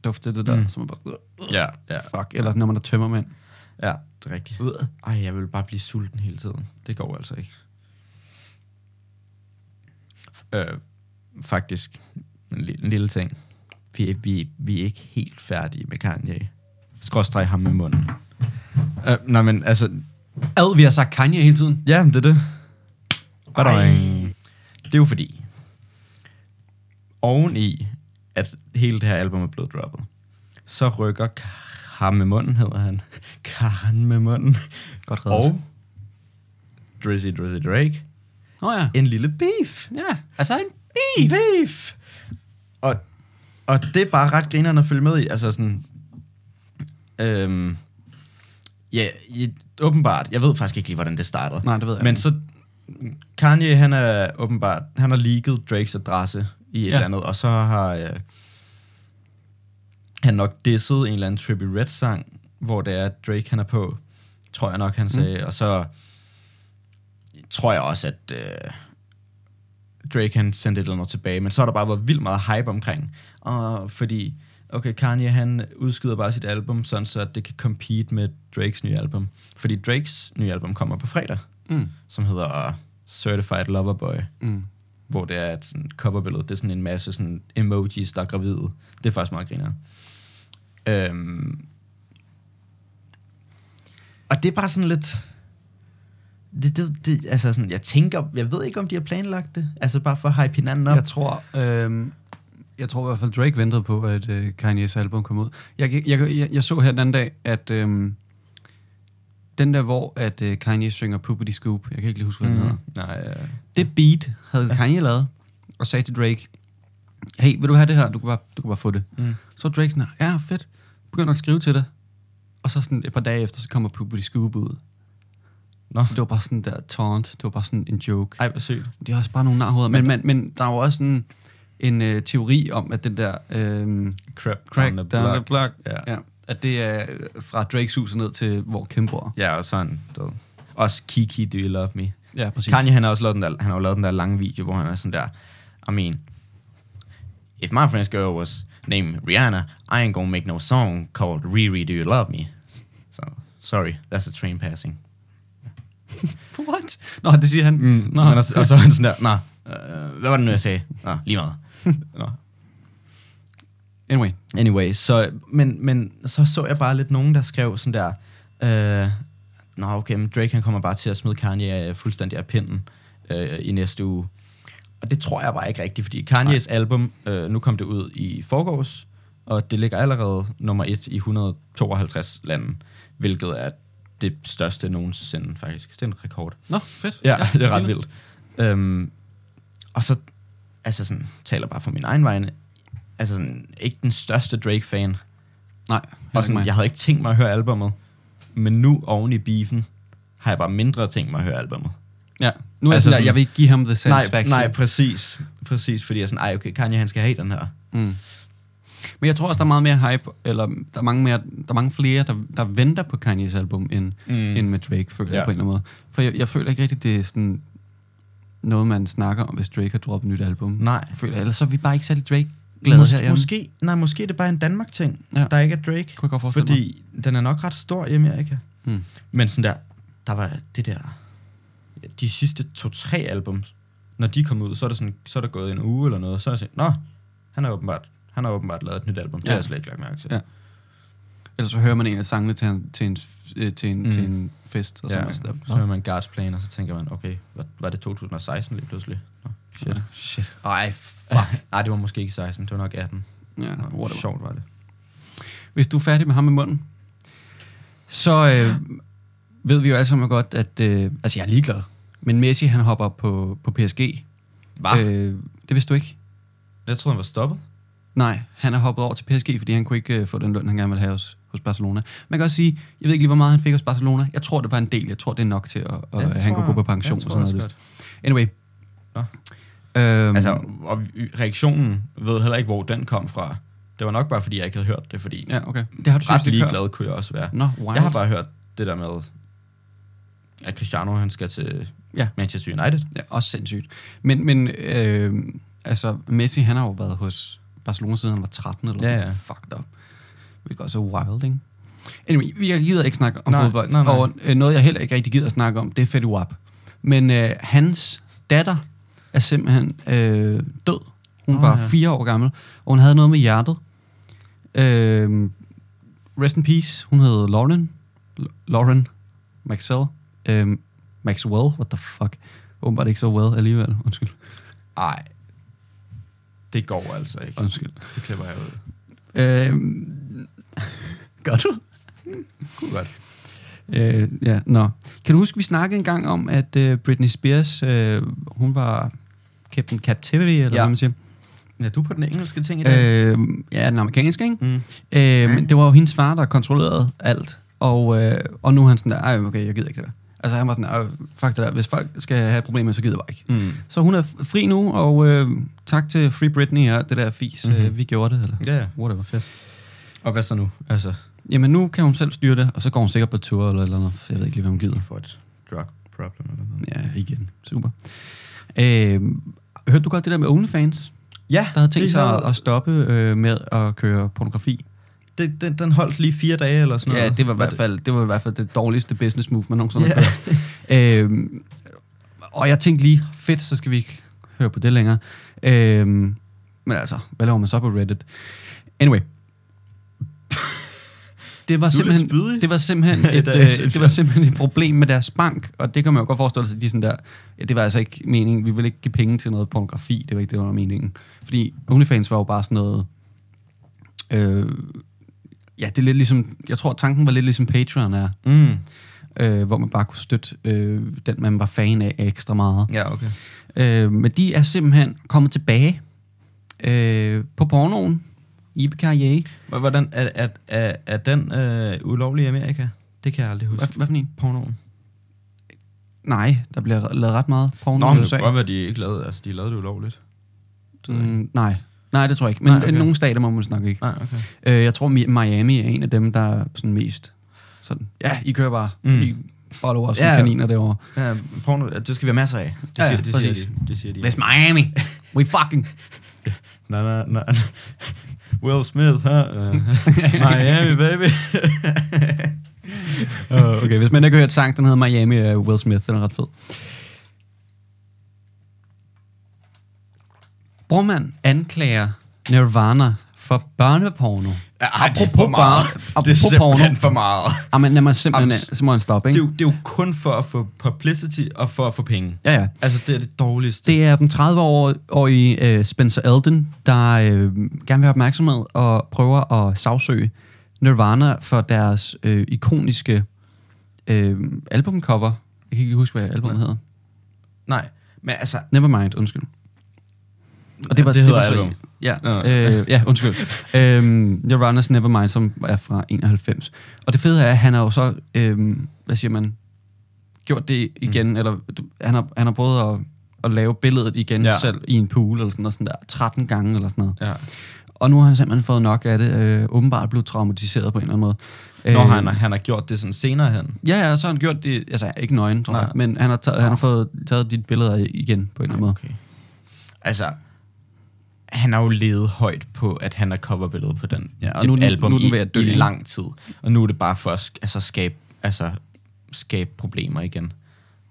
dufte det der, Mm. mm. så man bare sådan, Ja, ja, fuck, eller når man er tømmermænd. ja. Det er rigtigt. Øh. Ej, jeg vil bare blive sulten hele tiden. Det går altså ikke. Øh, faktisk, en, li- en lille ting. Vi, er- vi, vi er ikke helt færdige med Kanye. Skråstreg ham med munden. Øh, nej, men altså, Ad, vi har sagt Kanye hele tiden. ja, det er det. Badang. Ej. Det er jo fordi, oven i, at hele det her album er blevet droppet, så rykker ham med munden, hedder han. Karen med munden. Godt reddet. Og Drizzy Drizzy Drake. Nå oh, ja. En lille beef. Ja, altså en Beef! Beef! Og, og det er bare ret grinerende at følge med i. Altså sådan... Øhm, ja, i, åbenbart. Jeg ved faktisk ikke lige, hvordan det startede. Nej, det ved jeg Men ikke. så... Kanye, han er åbenbart... Han har leaget Drakes adresse i et Ja. eller andet, og så har... Øh, han nok disset en eller anden Trippie Red sang, hvor det er, at Drake han er på, tror jeg nok, han sagde. Mm. Og så tror jeg også, at øh, Drake han sendte et eller andet tilbage, men så har der bare været vildt meget hype omkring. Og fordi, okay, Kanye han udskyder bare sit album, sådan så at det kan compete med Drakes nye album. Fordi Drakes nye album kommer på fredag, Mm. som hedder Certified Lover Boy, Mm. hvor det er et sådan, coverbillede, det er sådan en masse sådan, emojis, der er gravide. Det er faktisk meget griner. Øhm, og det er bare sådan lidt... Det, det, det, altså sådan, jeg tænker, jeg ved ikke, om de har planlagt det. Altså bare for at hype hinanden op. Jeg tror, øhm, jeg tror i hvert fald, Drake ventede på, at øh, Kanye's album kom ud. Jeg, jeg, jeg, jeg så her den anden dag, at øhm, den der, hvor at, øh, Kanye synger Poopity Scoop, jeg kan ikke lige huske, hvad mm. den hedder. Nej, øh, Det beat havde ja. Kanye lavet, og sagde til Drake, hey, vil du have det her? Du kan bare, du kan bare få det. Mm. Så var Drake sådan, ja, fedt. Begynder at skrive til det. Og så sådan et par dage efter, så kommer Poopity Scoop ud. Nå. Nå. Så det var bare sådan der taunt. Det var bare sådan en joke. ej, hvor sygt. De er også bare nogle narhoveder. Men, men, men der er jo også en, en øh, teori om, at den der øh, Crap, crack on the down the block. block, Ja. ja, at det er øh, fra Drakes hus og ned til, hvor Kim bor. Ja, og sådan. Du. ved. Også Kiki, Do You Love Me. Ja, præcis. Kanye, han har også lavet den der, han har jo lavet den der lange video, hvor han er sådan der, I mean, if my friend's girl was named Rihanna, I ain't gonna make no song called Riri, Do You Love Me? So, sorry, that's a train passing. What? Nå, det siger han. Mm, Nå, Men, og, og så er han sådan der, nå, øh, hvad var det nu, jeg sagde? Nå, lige meget. Nå, anyway. Anyway, så, men, men så så jeg bare lidt nogen, der skrev sådan der, øh, nå okay, men Drake han kommer bare til at smide Kanye øh, fuldstændig af pinden øh, i næste uge. Og det tror jeg bare ikke rigtigt, fordi Kanye's Nej. album, øh, nu kom det ud i forgårs, og det ligger allerede nummer et i 152 lande, hvilket er det største nogensinde faktisk. Det er en rekord. Nå, fedt. Ja, ja det er ret spændende. vildt. Øhm, og så, altså sådan, taler bare for min egen vegne, altså sådan, ikke den største Drake-fan. Nej, Og og sådan, jeg havde ikke tænkt mig at høre albummet, men nu oven i beefen, har jeg bare mindre tænkt mig at høre albummet. ja. Nu er Altså altså, jeg, sådan- sådan, der, jeg vil ikke give ham the Nej, satisfaction. nej, præcis. Præcis, fordi jeg er sådan, ej, okay, Kanye, han skal have den her. Mm. Men jeg tror også, der er meget mere hype, eller der er mange, mere, der er mange flere, der, der venter på Kanye's album, end, Mm. mm. end med Drake, føler ja. Ja. jeg på en eller anden måde. For jeg, jeg føler ikke rigtigt, det er sådan noget, man snakker om, hvis Drake har droppet et nyt album. Nej. Jeg føler, ellers så er vi bare ikke særlig Drake-glade Mås- herhjemme. måske, nej, måske er det bare en Danmark-ting, ja. Ja. der ikke er Drake. Kunne jeg godt forestille fordi mig. den er nok ret stor i Amerika. Mm. Men sådan der, der var det der, de sidste to-tre albums, når de kom ud, så er, det sådan, så er der gået en uge eller noget, så er jeg sådan, nå, han har åbenbart, han har åbenbart lavet et nyt album, det ja. Ja. har jeg slet ikke lagt mærke til. Ja. Ellers så hører man en af sangene til en, til en, øh, til en, Mm. mm. til en fest, og så ja. man sådan, så hører man God's Plan, og så tænker man, okay, var, var det 2016 lige pludselig? Nå, shit. shit. shit. Ej, fuck. Ej, det var måske ikke 16, det var nok 18. Ja, Nå, whatever. sjovt var det. Hvis du er færdig med ham i munden, så øh, ved vi jo alle sammen godt, at... Øh, altså, jeg er ligeglad. Men Messi, han hopper på, på PSG. Øh, Øh, det vidste du ikke? jeg troede, han var stoppet. Nej, han er hoppet over til PSG, fordi han kunne ikke øh, få den løn, han gerne ville have hos, hos Barcelona. Man kan også sige, jeg ved ikke lige, hvor meget han fik hos Barcelona. Jeg tror, det var en del. Jeg tror, det er nok til, at, at Jeg han tror- kunne gå på pension jeg og tror sådan også noget. lyst. Anyway. Nå. Øhm, Altså, altså, og reaktionen ved heller ikke, hvor den kom fra. Det var nok bare, fordi jeg ikke havde hørt det, fordi ja, okay. Det har du ret ikke hørt. ligeglad kunne jeg også være. Nå, wild. Jeg har bare hørt det der med, at Cristiano han skal til Ja. Manchester United. Ja, også sindssygt. Men, men øh, altså, Messi, han har jo været hos Barcelona siden han var 13 eller Ja, sådan ja. Fucked up. Hvilket også er wild, ikke? Anyway, vi- jeg gider ikke snakke om Nej, fodbold. nej, nej. Og øh, noget, jeg heller ikke rigtig gider at snakke om, det er Fetty Wap. Men øh, hans datter er simpelthen øh, død. Hun Nå, var ja. fire år gammel, og hun havde noget med hjertet. Øh, rest in peace. Hun hed Lauren. L- Lauren Maxwell. Øh, Maxwell, what the fuck. Åbenbart ikke så well alligevel. Undskyld. Nej. Det går altså ikke. Undskyld. Det klipper jeg ud. Øh, gør du? Godt. Øh, ja, nå. Kan du huske, vi snakkede en gang om, at øh, Britney Spears, øh, hun var kept in captivity, eller Ja. hvad man siger? Ja, du er på den engelske ting i dag. Øh, ja, den amerikanske, ikke? Mm. Øh, men det var jo hendes far, der kontrollerede alt. Og, øh, og nu er han sådan der, ej, okay, jeg gider ikke det der. Altså han var sådan, "Ej, fuck det der, hvis folk skal have problemer, så gider jeg bare ikke. Mm. Så hun er fri nu, og øh, tak til Free Britney og alt det der fis, mm-hmm. Mhm. øh, vi gjorde det, eller Ja, ja. whatever. Fedt. Og hvad så nu? Altså, Jamen nu kan hun selv styre det, og så går hun sikkert på tur eller et eller andet. Jeg ved ikke lige, hvad hun gider. I får et drug problem eller noget. Ja, igen. Super. Øh, hørte du godt det der med OnlyFans, Ja, der havde tænkt det sig havde- at, at stoppe øh, med at køre pornografi? Det, den, den holdt lige fire dage eller sådan Ja, noget. det var, i hvert fald, det var i hvert fald det dårligste business move, man nogensinde har yeah. øhm, Og jeg tænkte lige, fedt, så skal vi ikke høre på det længere. Øhm, men altså, hvad laver man så på Reddit? Anyway. Det var, lidt simpelthen, spydig. det var simpelthen et, Ja, øh, synes det var jeg. simpelthen et problem med deres bank, og det kan man jo godt forestille sig, at de er sådan der, ja, det var altså ikke meningen, vi ville ikke give penge til noget pornografi, det var ikke det, der var meningen. Fordi OnlyFans var jo bare sådan noget, øh, ja, det er lidt ligesom, jeg tror tanken var lidt ligesom Patreon er, Mm. øh, hvor man bare kunne støtte øh, den, man var fan af ekstra meget. Ja, okay. Øh, men de er simpelthen kommet tilbage øh, på pornoen, Ibe Carrier. Hvor- Hvordan er, er, er, er den øh, ulovlig i Amerika? Det kan jeg aldrig huske. Hvad, hvad for en? Pornoen. Nej, der bliver lavet ret meget porno Nå, i men det USA. kan godt være, de ikke lavede, altså, de lavede det ulovligt. Mm, nej. nej, det tror jeg ikke. Men Nej, nej, okay. okay. nogle stater må man snakke ikke. Nej, okay. Øh, jeg tror, Mi- Miami er en af dem, der er sådan mest sådan, ja, I kører bare, Mm. mm. I follower os Ja. ja. kaniner derovre. Ja, porno, det skal vi have masser af. Det Ja, siger, det siger, præcis. de. Det siger de. West Miami, we fucking... Nej, nej, nej. Will Smith, huh? Uh, Miami, baby. Uh, okay, hvis man ikke har hørt sang, den hedder Miami af Will Smith, den er ret fed. Brormand anklager Nirvana for børneporno. Ja, Apropos bare, det er apropos simpelthen porno. for meget. Jamen, Ah, lad mig simpelthen, Jamen, så må han stoppe, Det er, jo, ikke? det er jo kun for at få publicity og for at få penge. Ja, ja. Altså, det er det dårligste. Det er den 30-årige øh, Spencer Elden, der øh, gerne vil have opmærksomhed og prøver at sagsøge Nirvana for deres øh, ikoniske øh, albumcover. Jeg kan ikke lige huske, hvad albumet hedder. Nej, men altså... Nevermind, undskyld. det hedder så- album. Ja, Nå. øh, ja undskyld. øhm, Nirvana's Nevermind, som er fra 91. Og det fede er, at han har jo så, øhm, hvad siger man, gjort det igen, mm. eller du- han har, han har prøvet at, at lave billedet igen Ja. ja. selv i en pool, eller sådan, noget, sådan der, 13 gange, eller sådan noget. Ja. Og nu har han simpelthen fået nok af det, øh, åbenbart blevet traumatiseret på en eller anden måde. Når Øh, han, har- han har gjort det sådan senere hen. Ja, ja, så har han gjort det, altså ikke nøgen, tror Nej. jeg, men han har, taget, han har fået taget dit billeder igen, på en eller anden måde. Altså, han har jo levet højt på, at han er coverbilledet på den Ja, og det nu er den- album nu er den i, ved at dø, i ikke? lang tid. Og nu er det bare for at sk- altså, skabe, altså, skabe problemer igen.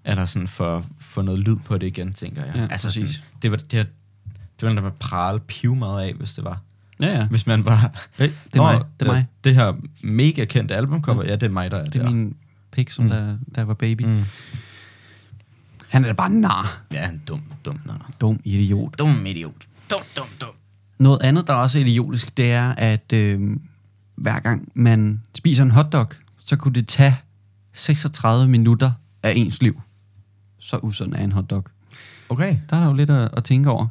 Eller sådan for at få noget lyd på det igen, tænker jeg. Ja, altså, præcis. Sådan, det var det, var- det var den, der var prale piv meget af, hvis det var. Ja, ja. Hvis man bare... Hey, det er mig, det er mig. Det her mega kendte albumcover, ja, det er mig, der er Det er der. min pik, som mm. der, der var baby. Mm. Mm. Han er da bare nar. Ja, han er dum, dum, nej. nej. Dum idiot. Dum idiot. Dum, dum, dum. Noget andet, der også er idiotisk, det er, at øh, hver gang man spiser en hotdog, så kunne det tage 36 minutter af ens liv. Så usund er en hotdog. Okay. Der er der jo lidt at, at tænke over.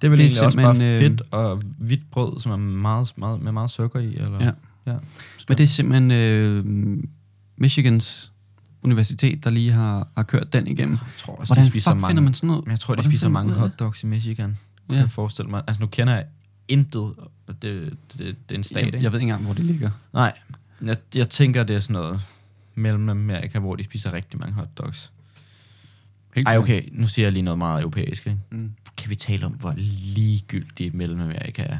Det er vel Det det er egentlig også bare simpelthen, øh, fedt og hvidt brød, som er meget, meget, med meget sukker i. Eller? Ja. ja. Men det er simpelthen øh, Michigans universitet, der lige har, har kørt den igennem. Jeg tror også, Hvordan de spiser fuck mange. finder man sådan noget? Men Jeg tror, de Hvordan spiser finder mange man ud af det? hotdogs i Michigan. Ja. Ja. Jeg forestiller mig. Altså, nu kender jeg intet. og Det, det, det er en stat, Jeg, ikke? jeg ved ikke engang, hvor det ligger. Nej. Jeg, jeg tænker, det er sådan noget mellem Amerika, hvor de spiser rigtig mange hotdogs. Helt Ej, sikkert. okay, nu siger jeg lige noget meget europæisk, ikke? Mm. Kan vi tale om, hvor ligegyldigt Mellemamerika er?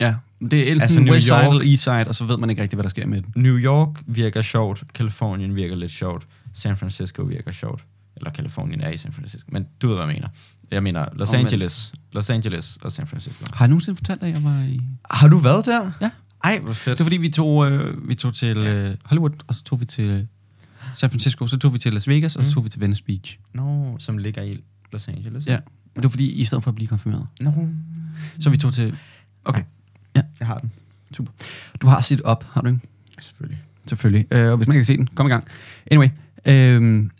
Ja, det er enten Altså altså New West Side York. eller East Side, og så ved man ikke rigtig, hvad der sker med det. New York virker sjovt, Kalifornien virker lidt sjovt, San Francisco virker sjovt. Eller Kalifornien er i San Francisco, men du ved, hvad jeg mener. Jeg mener Los Omvendt. Angeles, Los Angeles og San Francisco. Har jeg nogensinde fortalt dig, at jeg var i... Har du været der? Ja. Ej, hvor fedt. Det var fordi, vi tog, øh, vi tog til øh, Hollywood, og så tog vi til San Francisco, så tog vi til Las Vegas, og så Mm. tog vi til Venice Beach. Nå, som ligger i Los Angeles. Ja. Men det var fordi, i stedet for at blive konfirmeret. Nå, Så vi tog til... Okay. Ja, jeg har den. super. Du har sit op, har du ikke? Selvfølgelig. Selvfølgelig. Øh, og hvis man ikke kan se den, kom i gang. Anyway, øh,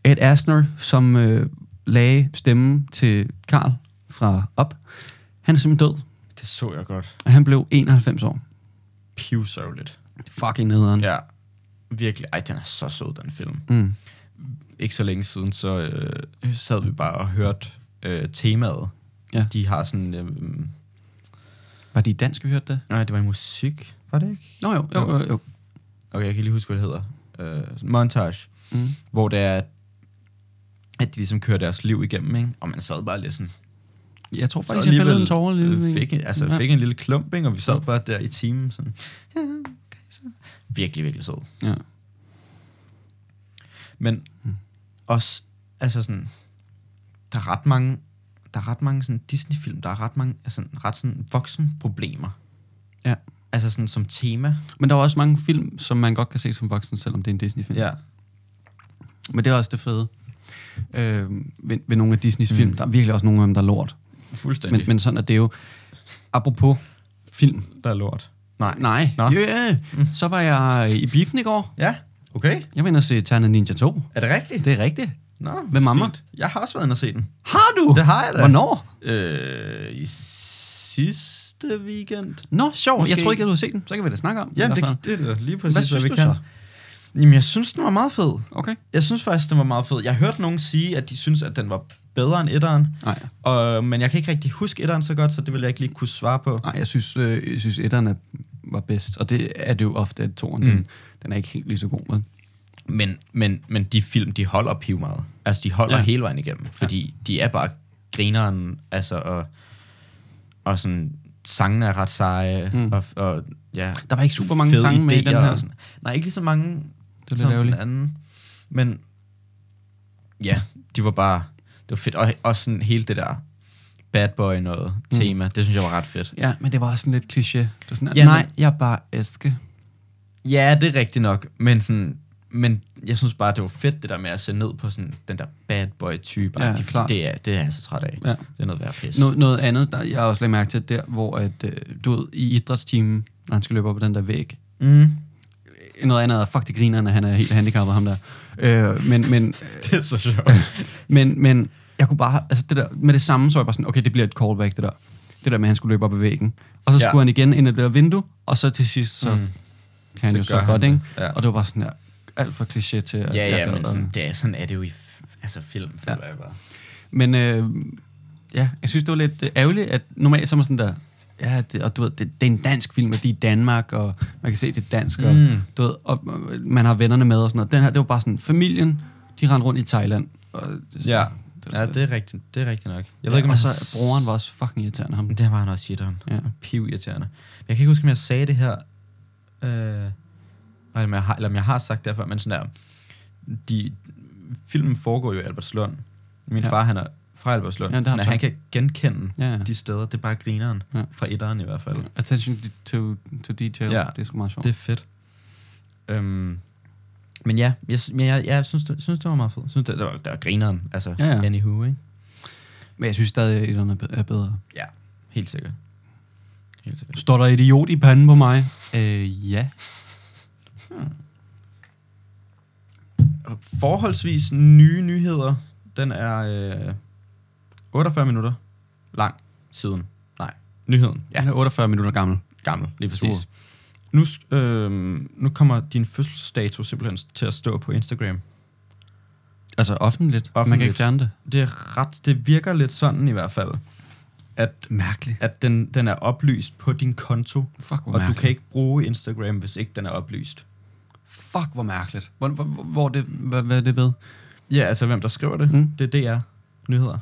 Ed Asner, som øh, lagde stemmen til Karl fra Op, han er simpelthen død, Det så jeg godt. og han blev 91 år. Pivsørgeligt. Fucking nederen. Ja. Virkelig. Ej, den er så sød, den film. Mm. ikke så længe siden, så øh, sad vi bare og hørte øh, temaet. Ja. De har sådan... Øh, Var det i dansk, vi hørte det? nej, det var i musik, var det ikke? Nå jo, jo, jo. jo. Okay, jeg kan lige huske, hvad det hedder. Øh, sådan montage, Mm. hvor det er, at de ligesom kører deres liv igennem, ikke? Og man sad bare lidt sådan... Jeg tror Så faktisk, jeg fældede en tårer øh, lidt. fik, en- altså, ja. fik en lille klump, ikke? Og vi sad bare der i timen sådan... "Ja, okay, så." Virkelig, virkelig sød. Ja. Men Hmm. også, altså sådan, der er ret mange, der er ret mange sådan Disney-film, der er ret mange altså, ret sådan voksenproblemer. Ja. Altså sådan som tema. Men der er også mange film, som man godt kan se som voksen, selvom det er en Disney-film. Men det er også det fede øh, ved, ved nogle af Disneys mm. film. Der er virkelig også nogle af dem, der er lort. Men, fuldstændig. men sådan er det jo. Apropos film. der er lort. Nej. Nej. Nå. Yeah. Mm. Så var jeg i biffen i går. Ja, okay. Jeg var inde og se Ternet Ninja 2. Er det rigtigt? Det er rigtigt. Nå, Uh, Med mamma. fint. Jeg har også været inde og se den. Har du? Det har jeg da. Hvornår? Øh, i sidste weekend. Nå, sjovt. Måske- Jeg tror ikke, at du har set den. Så kan vi da snakke om den Ja, derfra. det, det er da lige præcis, Hvad synes vi du kan. så? Jamen, jeg synes, den var meget fed. Okay. Jeg synes faktisk, den var meget fed. Jeg hørte nogen sige, at de synes, at den var bedre end etteren. Nej. Og, men jeg kan ikke rigtig huske etteren så godt, så det vil jeg ikke lige kunne svare på. Nej, jeg synes, øh, jeg synes etteren er, var bedst, og det er det jo ofte, at toren, mm. den, den er ikke helt lige så god med. Men, men, men de film, de holder piv meget. Altså, de holder ja. Ja. hele vejen igennem, fordi ja. de er bare grineren, altså, og, og sådan, sangene er ret seje, mm. Mm. og, og ja, Der var ikke super mange fede sange med i den idéer her. og Sådan. Nej, ikke lige så mange det lidt som den ærgerligt. anden. Men ja, de var bare, det var fedt. Og også sådan hele det der bad boy noget Mm. tema, det synes jeg var ret fedt. Ja, men det var også sådan lidt kliché. Det var sådan, Ja, ja, nej, men- jeg er bare æske. Ja, det er rigtigt nok, men sådan, men jeg synes bare, det var fedt det der med at se ned på sådan den der bad boy type. Ja, klart. det, er, det er jeg så træt af. Ja. Det er noget værd pis. Noget, noget andet, der jeg også lagde mærke til, der hvor at, øh, du ved, i idrætstimen, når han skal løbe op på den der væg, Mm. øh, noget andet er, fuck det griner, når han er helt handicappet, ham der. Øh, men, men, øh, Det er så sjovt. men, men jeg kunne bare, altså det der, med det samme, så var jeg bare sådan, okay, det bliver et callback, det der. Det der med, at han skulle løbe op ad væggen. Og så Ja. ja. skulle han igen ind i det der vindue, og så til sidst, så Mm. mm. kan han Så jo gør så han godt, det. ikke? Ja. Ja. Og det var bare sådan, ja, alt for kliché til, at Ja, jeg ja, gad men at- sådan, det er, sådan er det jo i f- altså film, ja. jeg bare. Men øh, ja, jeg synes, det var lidt øh, ærgerligt, at normalt så er man sådan der, ja, det, og du ved, det, det er en dansk film, og de er i Danmark, og man kan se, det er dansk, og, Mm. du ved, og øh, man har vennerne med og sådan noget. Den her, det var bare sådan, familien, de rendte rundt i Thailand. Og, det, Ja. det var Ja, sådan- det er rigtigt, det er rigtigt nok. Jeg Jeg ved ikke, om og jeg så har- broren var også fucking irriterende ham. Men Det var han også shitteren. Ja. Ja. Piv irriterende. Men jeg kan ikke huske, om jeg sagde det her, øh, eller, om jeg har, eller om jeg har sagt det her før, men sådan der, de, filmen foregår jo i Albertslund. Min ja. Ja. far, han er fra Albertslund, Ja, ja, det har sådan, han at sagt. han kan genkende Ja, ja. de steder. Det er bare grineren, ja. Ja. fra etteren i hvert fald. Ja. Attention to, to detail, Ja. ja. det er sgu meget sjovt. Det er fedt. Øhm, men ja, jeg, men jeg, jeg synes, det, synes, det var meget fedt. Synes, det, det, var, det var grineren, altså ja, Ja, ja. ja. anywho, ikke? Men jeg synes stadig, at etterne er be- er bedre. Ja, helt sikkert. Helt sikkert. Står der idiot i panden på mig? Øh, ja. forholdsvis nye nyheder. Den er øh, 48 minutter lang siden. Nej, nyheden. ja. Han er 48 minutter gammel. gammel. Lige præcis. Super. Nu, s- øh, nu kommer din fødselsdato simpelthen s- til at stå på Instagram. Altså offentligt. offentligt. Man kan Offentligt. ikke fjerne det. Det er ret, det virker lidt sådan i hvert fald, at, Mærkeligt. at den, den er oplyst på din konto, Fuck, hvor og du mærkeligt. kan ikke bruge Instagram, hvis ikke den er oplyst. Fuck, hvor mærkeligt. Hvor, hvor, hvor det, hvad, hvad er det ved? Ja, altså hvem der skriver det, mm. Mm. det er DR. nyheder.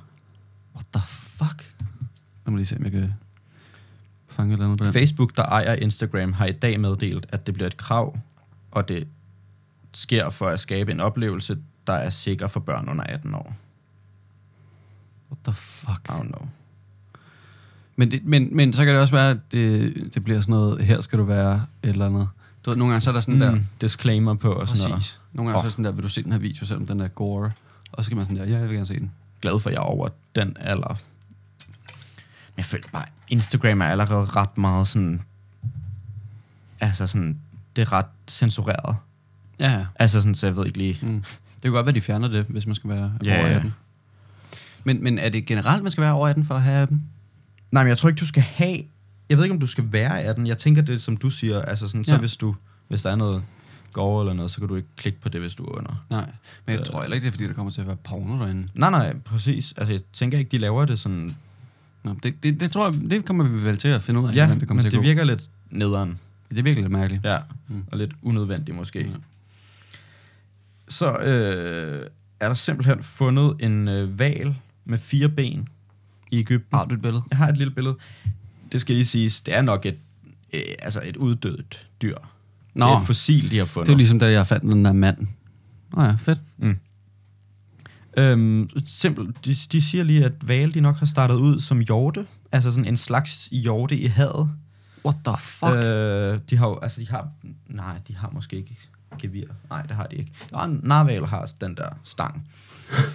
What the fuck? Lad mig lige se, om jeg kan fange et eller andet på den. Facebook, der ejer Instagram, har i dag meddelt, at det bliver et krav, og det sker for at skabe en oplevelse, der er sikker for børn under 18 år. What the fuck? I don't know. Men, det, men, men så kan det også være, at det, det bliver sådan noget, her skal du være, et eller andet. Du ved, nogle gange så er der sådan mm, der, disclaimer på og sådan noget. præcis. Nogle gange oh. Åh. så er det sådan der, vil du se den her video, selvom den er gore? Og så kan man sådan der, ja, jeg vil gerne se den. Glad for, at jeg er over den alder. Men jeg føler bare, Instagram er allerede ret meget sådan... Altså sådan, det er ret censureret. Ja, ja. Altså sådan, så jeg ved ikke lige... Mm. Det kan godt være, de fjerner det, hvis man skal være Ja, over ja. 18. Men, men er det generelt, man skal være over 18 for at have dem? Nej, men jeg tror ikke, du skal have... Jeg ved ikke, om du skal være 18. Jeg tænker det, som du siger. Altså sådan, så Ja. hvis du... Hvis der er noget gore eller noget, så kan du ikke klikke på det, hvis du er under. Nej, men jeg Øh. øh. tror heller ikke, det er, fordi der kommer til at være porno derinde. Nej, nej, præcis. Altså, jeg tænker ikke, de laver det sådan... Nå, det, det, det, tror jeg, det kommer vi vel til at finde ud Ja, af, hvordan men det kommer til det at gå. virker lidt nederen. det er virkelig lidt mærkeligt. Ja, Mm. og lidt unødvendigt måske. Ja. Så øh, er der simpelthen fundet en øh, val med fire ben i Ægypten. Har du et billede? Jeg har et lille billede. Det skal lige siges, det er nok et, øh, altså et uddødt dyr. Nå, Det er et fossil, de har fundet. det er jo ligesom da jeg fandt den der mand. Nå ja, fedt. Øhm, simpel, de, de siger lige, at vale de nok har startet ud som hjorte. Altså sådan en slags hjorte i havet. What the fuck? Øh. Øh, de har jo, altså de har, nej, de har måske ikke gevir. Nej, det har de ikke. Og narvaler har også den der stang.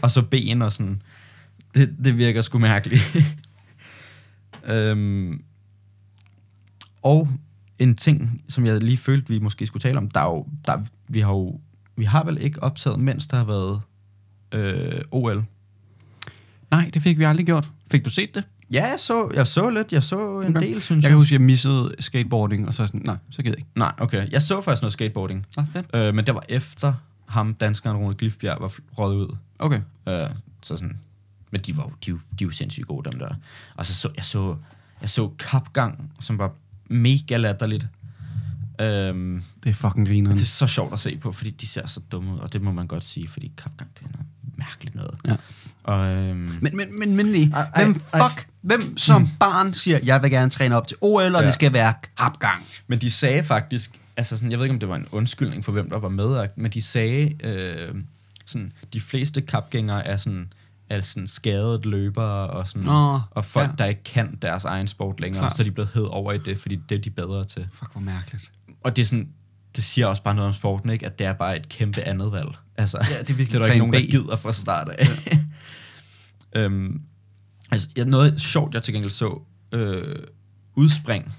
og så ben og sådan. Det, det virker sgu mærkeligt. øhm, og en ting, som jeg lige følte, vi måske skulle tale om, der er jo, der, vi har jo, vi har vel ikke optaget, mens der har været øh, OL. Nej, det fik vi aldrig gjort. Fik du set det? Ja, jeg så, jeg så lidt, jeg så en Okay. del, synes Jeg jeg. kan huske, at jeg missede skateboarding, og så er jeg sådan, nej, så gider jeg ikke. Nej, okay. Jeg så faktisk noget skateboarding. Nå, fedt. Øh, men det var efter ham, danskeren Rune Glifbjerg, var fl- røget ud. Okay. Øh, så sådan, men de var jo, de, er jo- de er jo sindssygt gode, dem der. Og så så jeg, så, jeg så kapgang, som var mega latterligt. Øhm, Det er fucking grineren. det er så sjovt at se på, fordi de ser så dumme ud, og det må man godt sige, fordi kapgang, det er noget mærkeligt noget. Ja. Og, øhm, Men, men, men, men lige, Ej, ej, hvem ej. fuck, hvem som mm. barn siger, jeg vil gerne træne op til OL, og ja. Ja. det skal være kapgang. Men de sagde faktisk, altså sådan, jeg ved ikke, om det var en undskyldning for, hvem der var med, men de sagde, øh, sådan, de fleste kapgængere er sådan, er sådan skadet løbere og sådan, Nå, og folk, ja. der ikke kan deres egen sport længere, Klart. så er de blevet hed over i det, fordi det er de bedre til. Fuck, hvor mærkeligt. Og det er sådan, det siger også bare noget om sporten, ikke? At det er bare et kæmpe andet valg. Altså, Ja, det er virkelig det er der ikke plan nogen, der B. gider fra start af. Ja. øhm, altså, jeg, noget sjovt, jeg til gengæld så, øh, udspring.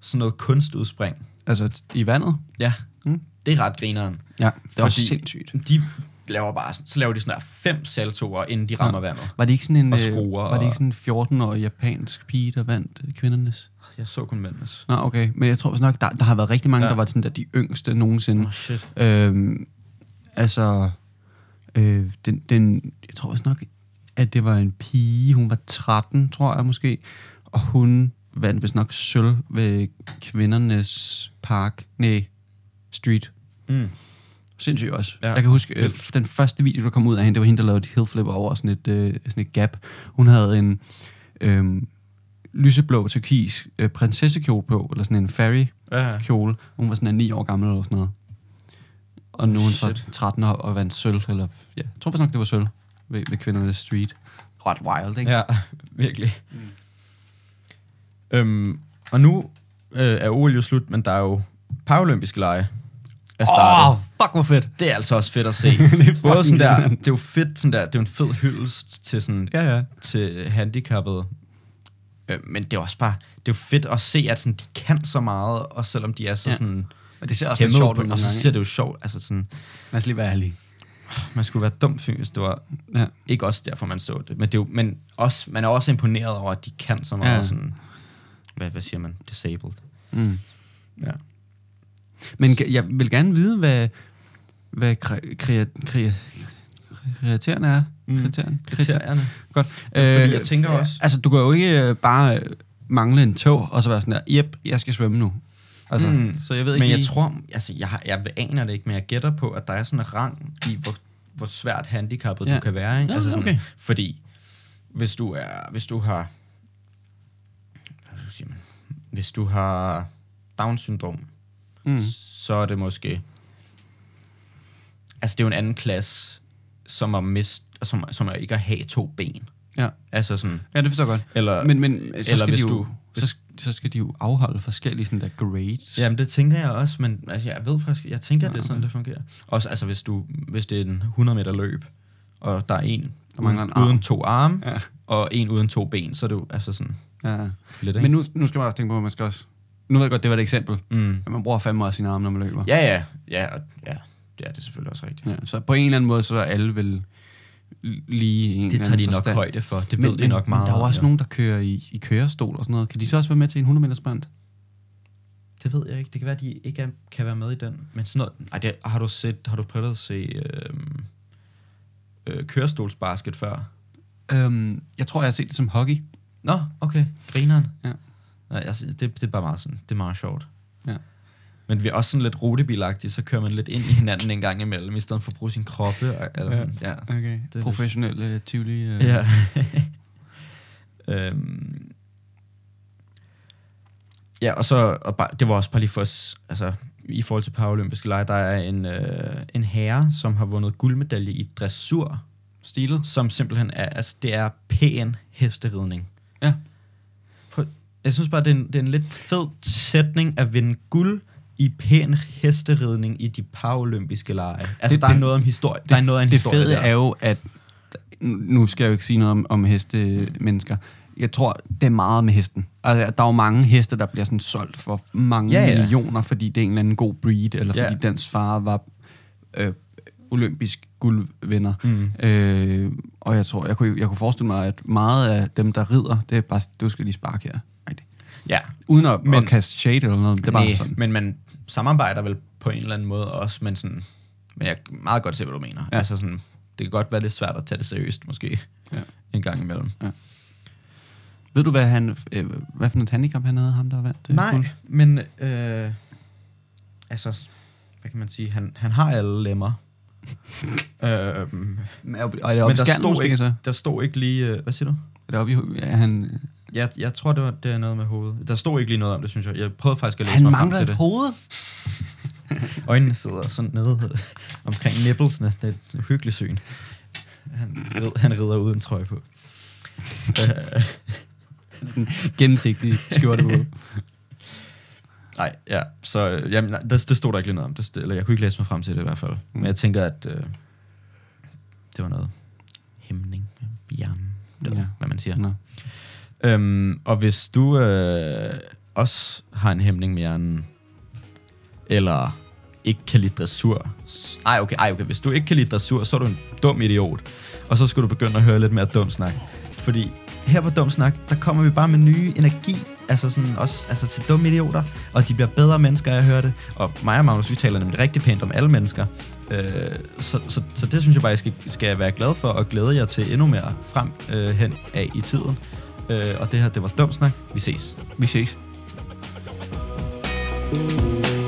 Sådan noget kunstudspring. Altså, t- i vandet? Ja, Mm. det er ret grineren. Ja, det er Fordi... også Fordi- sindssygt. De laver bare, sådan- så laver de sådan der fem saltoer, inden de rammer ja. vandet. Var det ikke sådan en, Og øh, skruer var det og- ikke sådan en 14-årig japansk pige, der vandt øh, kvindernes? Jeg så kun mændenes. Nå, okay. Men jeg tror også nok, der, der har været rigtig mange, Ja. ja. der var sådan der de yngste nogensinde. Oh, shit. Øhm, altså, øh, den, den, jeg tror også nok, at det var en pige. Hun var 13, tror jeg måske. Og hun vandt vist nok sølv ved kvindernes park. Nej, street. Mm. Sindssygt også. Ja. Ja. Jeg kan huske, øh, f- den første video, der kom ud af hende, det var hende, der lavede et heel flip over sådan et, øh, sådan et gap. Hun havde en øh, lyseblå turkis øh, prinsessekjole på, eller sådan en fairy Ja. kjole. Hun var sådan en 9 år gammel eller sådan noget. Og nu er hun så Shit. 13 år og vandt sølv, eller ja, jeg tror faktisk nok, det var sølv ved, ved kvindernes street. Ret wild, ikke? Ja, virkelig. Mm. Øhm, og nu øh, er OL jo slut, men der er jo paralympiske lege er startet. Åh, oh, fuck hvor fedt. Det er altså også fedt at se. Det Både er sådan fucking der, grineren. det er jo fedt sådan der, det er jo en fed hyldest til sådan Ja, ja. til handicappede. Øh, men det er også bare, det er jo fedt at se, at sådan, de kan så meget, og selvom de er så ja. Ja. sådan Og det ser også lidt hæmmet, sjovt ud på- nogle og så gange. ser ikke? det jo sjovt, altså sådan, Lad os lige være ærlige. man skulle være dum, hvis det var Ja. ikke også derfor, man så det, men, det er jo, men også, man er også imponeret over, at de kan så meget, ja. Ja. sådan, hvad, hvad siger man, disabled. Mm. Ja. Men ga- jeg vil gerne vide, hvad, hvad kre, kre, kre, kreateren er. Mm. Kriterierne. Kriterierne. Godt. Fordi jeg tænker f- også- Altså, du kan jo ikke øh, bare øh, mangle en tog, og så være sådan der, jep, jeg skal svømme nu. Altså, Mm. mm. så jeg ved ikke Men jeg lige- tror, altså, jeg, har- jeg aner det ikke, men jeg gætter på, at der er sådan en rang i, hvor hvor svært handicappet Ja. ja. du kan være. Ikke? Ja, altså sådan, okay. Fordi hvis du, er, hvis du har... Hvad siger man? Hvis du har Down-syndrom, Mm. så er det måske... Altså, det er jo en anden klasse, som er, mist, som, som er ikke at have to ben. Ja. Altså sådan... ja, det forstår jeg godt. Eller, Men, men så, Øh, eller skal de hvis jo, du- så, så skal de jo afholde forskellige sådan der grades. Jamen, det tænker jeg også, men altså, jeg ved faktisk, jeg tænker, det er Ja, sådan, det fungerer. Også altså, hvis, du, hvis det er en 100 meter løb, og der er en, Der mangler en uden arm. to arme, Ja. og en uden to ben, så er det jo altså sådan ja. lidt, ikke? Men nu, nu skal man også tænke på, at man skal også... Nu ved jeg godt, det var et eksempel. mm. Men man bruger fandme også sine arme, når man løber. Ja, ja, ja, og, ja, det er det selvfølgelig også rigtigt. ja. Så på en eller anden måde, så er alle vel lige i en Det eller tager de anden nok forstand. højde for, det ved de nok meget Men der er jo også om, ja. ja. nogen, der kører i, i kørestol og sådan noget. Kan de så også være med til en 100 meter sprint? Det ved jeg ikke, det kan være, at de ikke er, kan være med i den, men sådan noget, ej, det, har du set, har du prøvet at se øh, øh, kørestolsbasket før? Øhm, jeg tror, jeg har set det som hockey. Nå, okay. Grineren. Ja. Nej, altså, det, det er bare meget sådan, det er meget sjovt. Ja. Men vi er også sådan lidt rutebilagtige, så kører man lidt ind i hinanden en gang imellem, i stedet for at bruge sin kroppe. Og, eller Ja. sådan, ja. Okay. Det er Professionelle tivoli. Øh. ja. øhm. Ja, og så, og bare, det var også bare lige for os, altså, i forhold til paralympiske lege, der er en, øh, en herre, som har vundet guldmedalje i dressur, Stilet. som simpelthen er, altså, det er pæn hesteridning. Ja. Prøv- Jeg synes bare, det er en, det er en lidt fed sætning at vinde guld i pæn hesteridning i de paralympiske lege. Altså, Det- det, der er det- noget om historie. Der er noget af en det historie fede der. er jo, at nu skal jeg jo ikke sige noget om, om hestemennesker. Jeg tror, det er meget med hesten. Altså, der er jo mange heste, der bliver sådan solgt for mange Ja, ja, ja. ja. millioner, fordi det er en eller anden god breed, eller Ja. fordi dens far var øh, olympisk guldvinder. Mm. Øh, og jeg tror, jeg kunne, jeg kunne forestille mig, at meget af dem, der rider, det er bare, du skal lige sparke her. Ej, det- Ja, Uden at, men, Men- at kaste shade eller noget, det er bare Næ, sådan. Men man samarbejder vel på en eller anden måde også, men sådan... Men jeg kan meget godt se, hvad du mener. Ja. Ja. Altså sådan, det kan godt være lidt svært at tage det seriøst, måske, Ja. ja. en gang imellem. Ved du, hvad, han, øh, hvad for et handicap han havde, ham der vandt? øh, guld? Nej, men... Øh, altså, hvad kan man sige? Han, han har alle lemmer. øh, Men er- Og er det oppe i der skallen stod, måske ikke, så? der stod ikke lige... Øh, hvad siger du? Er det oppe i, ho- er han, Jeg, jeg tror, det, var, det er noget med hovedet. Der stod ikke lige noget om det, synes jeg. Jeg prøvede faktisk at læse han mig frem mangler til et det. hoved? Øjnene sidder sådan nede omkring nipplesene. Det er et hyggeligt syn. Han, rid- han rider uden trøje på. Øh, Sådan gennemsigtig skjorte på. Nej, ja. Så øh, jamen, nej, det, det stod der ikke lige noget om. Det, st- eller jeg kunne ikke læse mig frem til det i hvert fald. Men jeg tænker, at øh, det var noget hæmning. Jam. Det Ja. ja. hvad man siger. Nå. Øhm, og hvis du øh, også har en hæmning med hjernen, eller ikke kan lide dressur, s- ej okay, ej okay, hvis du ikke kan lide dressur, så er du en dum idiot. Og så skal du begynde at høre lidt mere dum snak. Fordi her på Dum Snak, der kommer vi bare med nye energi, altså sådan også altså til dumme idioter, og de bliver bedre mennesker, af at høre det. Og mig og Magnus, vi taler nemlig rigtig pænt om alle mennesker. Øh, så, så, så, det synes jeg bare, I skal, skal være glad for, og glæde jer til endnu mere frem øh, hen af i tiden. Øh, og det her, det var Dum Snak. Vi ses. Vi ses. Ooh,